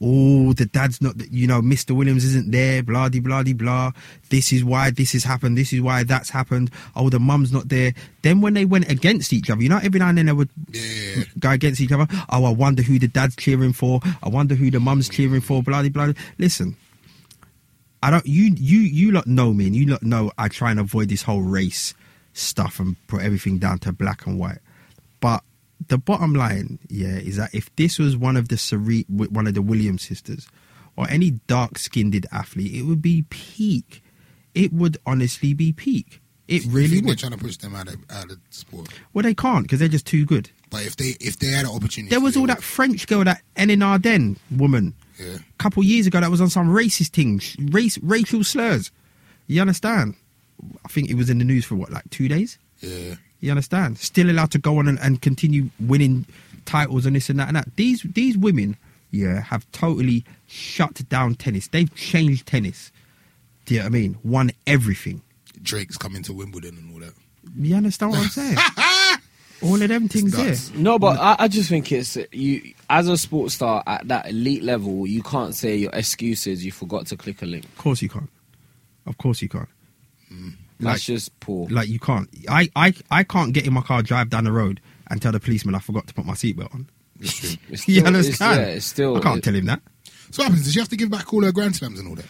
Speaker 1: Oh, the dad's not, you know, Mr. Williams isn't there, blah, de, blah, de, blah. This is why this has happened. This is why that's happened. Oh, the mum's not there. Then when they went against each other, you know, every now and then they would
Speaker 2: Yeah.
Speaker 1: go against each other. Oh, I wonder who the dad's cheering for. I wonder who the mum's cheering for, blah, de, blah. de. Listen, I don't. You you you lot know me, and you lot know I try and avoid this whole race stuff and put everything down to black and white. But the bottom line, yeah, is that if this was one of the Sere- w one of the Williams sisters, or any dark-skinned athlete, it would be peak. It would honestly be peak. It
Speaker 2: You
Speaker 1: really
Speaker 2: think they're
Speaker 1: would.
Speaker 2: trying to push them out of out of sport.
Speaker 1: Well, they can't because they're just too good.
Speaker 2: But if they if they had an opportunity,
Speaker 1: There was
Speaker 2: they
Speaker 1: all
Speaker 2: would.
Speaker 1: that French girl, that Enin Arden woman,
Speaker 2: Yeah.
Speaker 1: a couple years ago that was on some racist thing, sh- race racial slurs. You understand? I think it was in the news for what, like two days.
Speaker 2: Yeah.
Speaker 1: You understand? Still allowed to go on and, and continue winning titles and this and that and that. These these women, yeah, have totally shut down tennis. They've changed tennis. Do you know what I mean? Won everything.
Speaker 2: Drake's coming to Wimbledon and all that.
Speaker 1: You understand what I'm saying? All of them things there.
Speaker 2: nuts.
Speaker 3: No, but I, I just think it's you as a sports star at that elite level. You can't say your excuses. You forgot to click a link.
Speaker 1: Of course you can't. Of course you can't.
Speaker 3: That's
Speaker 1: Like-
Speaker 3: just poor.
Speaker 1: Like you can't. I, I I can't get in my car, drive down the road, and tell the policeman I forgot to put my seatbelt on.
Speaker 3: It's
Speaker 1: you
Speaker 3: still- it's-
Speaker 1: understand?
Speaker 3: yeah, it's still.
Speaker 1: I can't
Speaker 3: it-
Speaker 1: tell him that.
Speaker 2: So what happens? Does she have to give back all her grand slams and all that?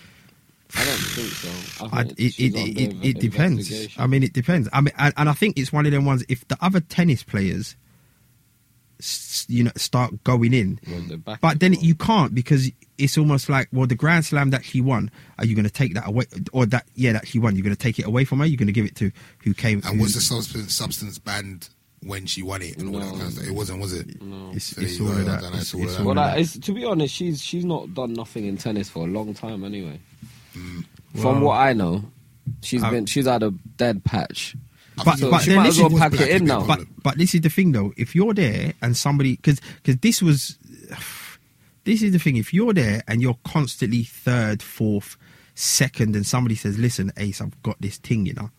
Speaker 3: I don't think so.
Speaker 1: I,
Speaker 3: think
Speaker 1: it,
Speaker 3: she's
Speaker 1: it,
Speaker 3: under
Speaker 1: it, it, it depends.
Speaker 3: investigation.
Speaker 1: I mean, it depends. I mean, and, and I think it's one of them ones. If the other tennis players, s- you know, start going in,
Speaker 3: Well, they're back
Speaker 1: but
Speaker 3: and
Speaker 1: then
Speaker 3: forth.
Speaker 1: you can't because it's almost like, well, the Grand Slam that she won, are you going to take that away? Or that, yeah, that she won, you're going to take it away from her? You're going to give it to who came?
Speaker 2: And
Speaker 1: who-
Speaker 2: was the substance substance banned when she won it and all that
Speaker 3: No.
Speaker 2: kind of stuff? It wasn't, was it?
Speaker 3: No.
Speaker 1: It's,
Speaker 2: So
Speaker 1: it's
Speaker 2: you
Speaker 1: all
Speaker 2: got
Speaker 1: of that.
Speaker 2: that,
Speaker 1: It's,
Speaker 2: that's all
Speaker 1: it's
Speaker 2: of that.
Speaker 1: all
Speaker 3: Well,
Speaker 1: of
Speaker 3: like,
Speaker 1: that.
Speaker 3: it's, to be honest, she's she's not done nothing in tennis for a long time anyway.
Speaker 1: Mm, Well,
Speaker 3: From what I know, she's
Speaker 1: I-
Speaker 3: been she's had a dead patch.
Speaker 2: I
Speaker 1: But-
Speaker 2: think
Speaker 1: but
Speaker 2: she
Speaker 1: then
Speaker 2: was
Speaker 1: listen-
Speaker 2: black,
Speaker 3: pack it
Speaker 2: it'd be
Speaker 3: in
Speaker 2: a
Speaker 3: now.
Speaker 1: But
Speaker 2: problem.
Speaker 1: but this is the thing though. If you're there and somebody because because this was this is the thing. If you're there and you're constantly third, fourth, second, and somebody says, "Listen, Ace, I've got this thing. You know,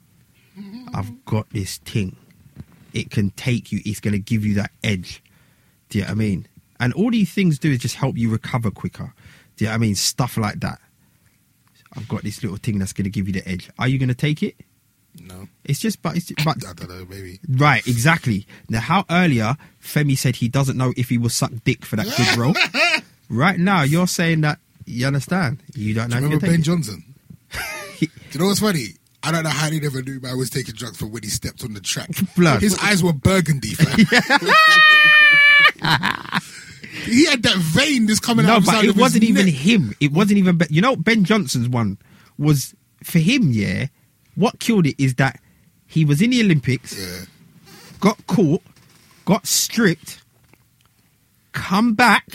Speaker 1: I've got this thing. It can take you. It's going to give you that edge." Do you know what I mean? And all these things do is just help you recover quicker. Do you know what I mean? Stuff like that. I've got this little thing that's going to give you the edge. Are you going to take it?
Speaker 2: No,
Speaker 1: It's just, but it's, but
Speaker 2: I don't know. Maybe
Speaker 1: Right, exactly. Now, how earlier Femi said he doesn't know if he will suck dick for that good role. right now, you're saying that you understand. You don't know.
Speaker 2: Do you
Speaker 1: if
Speaker 2: remember
Speaker 1: you're
Speaker 2: Ben
Speaker 1: taking-
Speaker 2: Johnson? Do you know what's funny? I don't know how they never knew man was taking drugs from when he stepped on the track.
Speaker 1: Blood.
Speaker 2: His eyes were burgundy, fam. he had that vein that's coming out
Speaker 1: no,
Speaker 2: of his
Speaker 1: but
Speaker 2: side of
Speaker 1: it
Speaker 2: his
Speaker 1: wasn't even
Speaker 2: neck.
Speaker 1: him. It wasn't even. Ben. You know, Ben Johnson's one was for him. Yeah, what killed it is that he was in the Olympics,
Speaker 2: Yeah.
Speaker 1: got caught, got stripped, come back,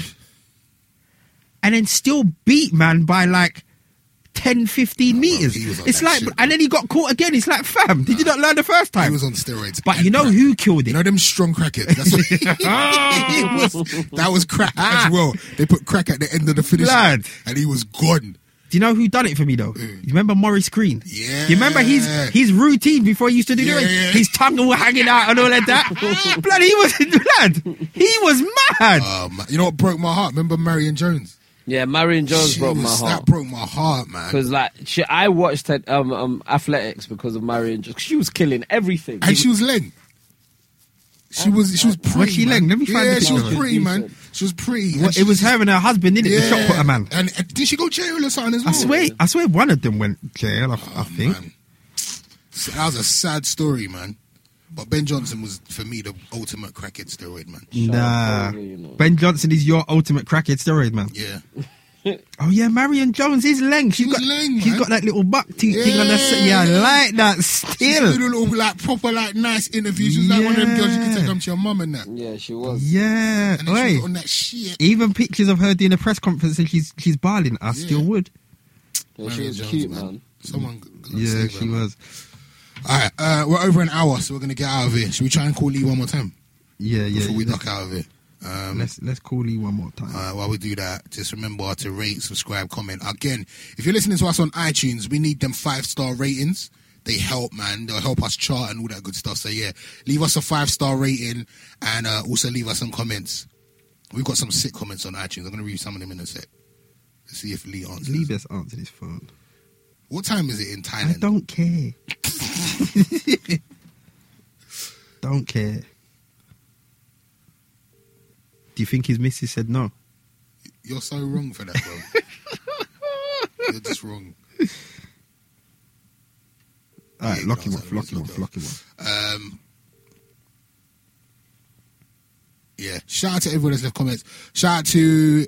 Speaker 1: and then still beat man by like 10, 15 meters.
Speaker 2: he was on
Speaker 1: It's
Speaker 2: that
Speaker 1: like,
Speaker 2: shit.
Speaker 1: and then he got caught again. It's like, fam, did you not learn the first
Speaker 2: He
Speaker 1: time?
Speaker 2: was on steroids.
Speaker 1: But
Speaker 2: and
Speaker 1: you know
Speaker 2: crack.
Speaker 1: who killed
Speaker 2: You
Speaker 1: it?
Speaker 2: know them strong crackheads. That's what it was, that was crack as well. They put crack at the end of the finish, line,
Speaker 1: Ah. Blood.
Speaker 2: and he was gone.
Speaker 1: Do you know who done it for me though? You remember Maurice Green?
Speaker 2: Yeah.
Speaker 1: You remember his his routine before he used to do
Speaker 2: Yeah,
Speaker 1: the race?
Speaker 2: yeah.
Speaker 1: His tongue all hanging out and all of that. blood, he was blood. He was mad.
Speaker 2: Um, you know what broke my heart? Remember Marion Jones?
Speaker 3: Yeah, Marion Jones
Speaker 2: She
Speaker 3: broke
Speaker 2: was-
Speaker 3: my heart.
Speaker 2: That broke my heart, man.
Speaker 3: Because like she, I watched her, um, um athletics because of Marion. Jones. She was killing everything.
Speaker 2: and she was Leng. She was she was pretty.
Speaker 1: she
Speaker 2: man.
Speaker 1: Leng? Let me find
Speaker 2: Yeah,
Speaker 1: the
Speaker 2: she was
Speaker 1: picture.
Speaker 2: pretty, man. She was pretty. and
Speaker 1: Well,
Speaker 2: she
Speaker 1: it was her and her husband, didn't it? The shot putter man.
Speaker 2: And uh, did she go jail or something as
Speaker 1: I
Speaker 2: well? Oh,
Speaker 1: swear, I swear, one of them went jail. I, I think.
Speaker 2: Man. So That was a sad story, man. But Ben Johnson was for me the ultimate crackhead steroid, man.
Speaker 1: Nah.
Speaker 3: Probably, you know.
Speaker 1: Ben Johnson is your ultimate crackhead steroid, man.
Speaker 2: Yeah,
Speaker 1: Oh yeah, Marion Jones is length. She's
Speaker 2: She's
Speaker 1: got
Speaker 2: leng,
Speaker 1: she's
Speaker 2: man.
Speaker 1: got that little buck teeth thing on the side. Yeah, I
Speaker 2: Yeah.
Speaker 1: like that
Speaker 2: she did
Speaker 1: still.
Speaker 2: a little like proper like nice interview. She was like one of them girls you could take
Speaker 1: Yeah.
Speaker 2: home to your mum and that.
Speaker 3: yeah, she was.
Speaker 1: Yeah,
Speaker 2: And then she
Speaker 1: oi.
Speaker 2: was on that shit.
Speaker 1: Even pictures of her doing a press conference and she's she's barling. I still
Speaker 2: Yeah.
Speaker 1: would.
Speaker 3: Yeah, she
Speaker 2: Marion
Speaker 3: was
Speaker 2: Jones,
Speaker 3: cute, man.
Speaker 2: Someone.
Speaker 1: Yeah, she was.
Speaker 2: All right, uh, we're over an hour, so we're gonna get out of here. Should we try and call Lee one more time?
Speaker 1: Yeah, yeah.
Speaker 2: before we
Speaker 1: let's,
Speaker 2: knock out of it. Um,
Speaker 1: let's let's call you one more time.
Speaker 2: uh, while we do that, just remember to rate, subscribe, comment. Again, if you're listening to us on iTunes, we need them five star ratings. They help, man. They'll help us chart and all that good stuff. So yeah, leave us a five star rating and uh, also leave us some comments. We've got some sick comments on iTunes. I'm gonna read some of them in a sec. Let's see if Lee answers.
Speaker 1: Leave us answer this phone.
Speaker 2: What time is it in
Speaker 1: I
Speaker 2: Thailand?
Speaker 1: don't care. don't care. Do you think his missus said no?
Speaker 2: You're so wrong for that, bro. you're just wrong.
Speaker 1: All right,
Speaker 2: Yeah,
Speaker 1: lock him
Speaker 2: no,
Speaker 1: off,
Speaker 2: no,
Speaker 1: lock him
Speaker 2: no,
Speaker 1: off,
Speaker 2: no.
Speaker 1: lock him off.
Speaker 2: Um, yeah. Shout out to everyone that's left comments. Shout out to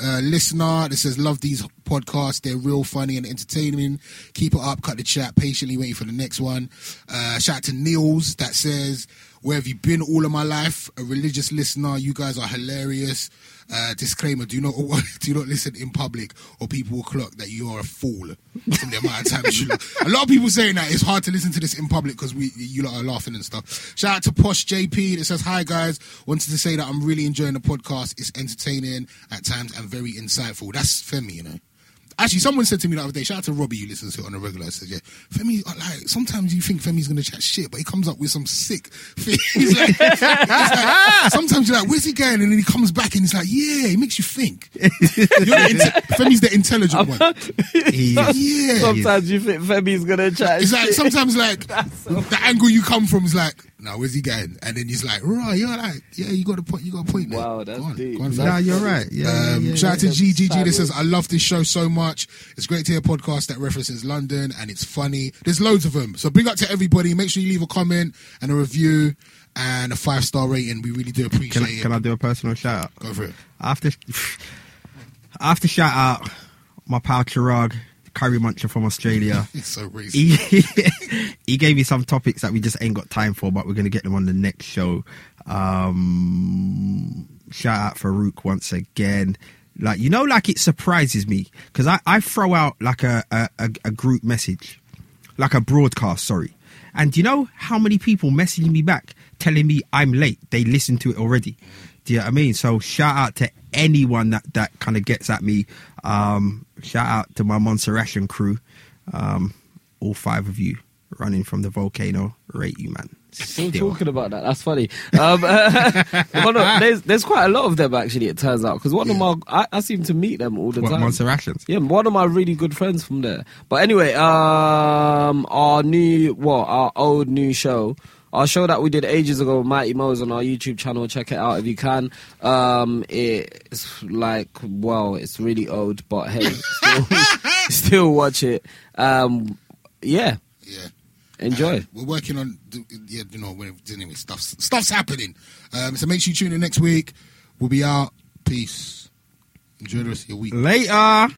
Speaker 2: uh, listener that says love these podcasts. They're real funny and entertaining. Keep it up. Cut the chat. Patiently waiting for the next one. Uh, shout out to Niels that says where have you been all of my life? A religious listener. You guys are hilarious. Uh, disclaimer: Do not do not listen in public, or people will clock that you are a fool. From the amount of times you, a lot of people saying that it's hard to listen to this in public because we you lot are laughing and stuff. Shout out to Posh JP that says hi guys. Wanted to say that I'm really enjoying the podcast. It's entertaining at times and very insightful. That's Femi, you know. Actually, someone said to me the other day, shout out to Robbie, you listen to it on a regular. I said, yeah, Femi, like, sometimes you think Femi's going to chat shit, but he comes up with some sick things. like, it's like, sometimes you're like, where's he going? And then he comes back and he's like, yeah, he makes you think. You're the inte- Femi's the intelligent one.
Speaker 1: He is.
Speaker 2: Yeah.
Speaker 3: Sometimes you think Femi's gonna chat.
Speaker 2: It's like
Speaker 3: shit.
Speaker 2: sometimes like the angle you come from is like, now where's he going? And then he's like, right, you're like, yeah, you got a point, you got a point. there.
Speaker 3: Wow, that's
Speaker 2: Go on,
Speaker 3: deep.
Speaker 2: go on, fam.
Speaker 1: Nah, you're right. Yeah, yeah,
Speaker 2: Um,
Speaker 1: yeah,
Speaker 2: shout out to
Speaker 1: yeah.
Speaker 2: GGG that says,
Speaker 3: Sideways.
Speaker 2: I love this show so much. It's great to hear a podcast that references London and it's funny. There's loads of them. So big up to everybody. Make sure you leave a comment and a review and a five star rating. We really do appreciate
Speaker 1: Can I,
Speaker 2: it.
Speaker 1: can I do a personal shout out?
Speaker 2: Go for it.
Speaker 1: After, after shout out my pal Chirag, curry muncher from Australia.
Speaker 2: It's so racist.
Speaker 1: he, he gave me some topics that we just ain't got time for, but we're gonna get them on the next show. Um, shout out Farouk once again. Like you know, like it surprises me because I, I throw out like a, a a a group message, like a broadcast. Sorry, and do you know how many people messaging me back telling me I'm late? They listened to it already. Do you know what I mean? So shout out to anyone that that kind of gets at me. Um, shout out to my Monserratian crew um, all five of you running from the volcano rate you man
Speaker 3: We're
Speaker 1: Still.
Speaker 3: talking about that. That's funny. Um, well, no, there's there's quite a lot of them actually. It turns out because one
Speaker 2: Yeah.
Speaker 3: of my I, I seem to meet them all the
Speaker 1: What,
Speaker 3: time.
Speaker 1: Montserratians?
Speaker 3: Yeah, one of my really good friends from there. But anyway, um, our new, well, our old new show, our show that we did ages ago, Mighty Mo's on our YouTube channel. Check it out if you can. Um, it's like, well, it's really old, but hey, still, still watch it. Um, yeah,
Speaker 2: Yeah.
Speaker 3: enjoy.
Speaker 2: We're working on, the- yeah, you know, we're- anyway, stuff's, stuff's happening. Um, so make sure you tune in next week. We'll be out. Peace. Enjoy the rest of your week.
Speaker 1: Later.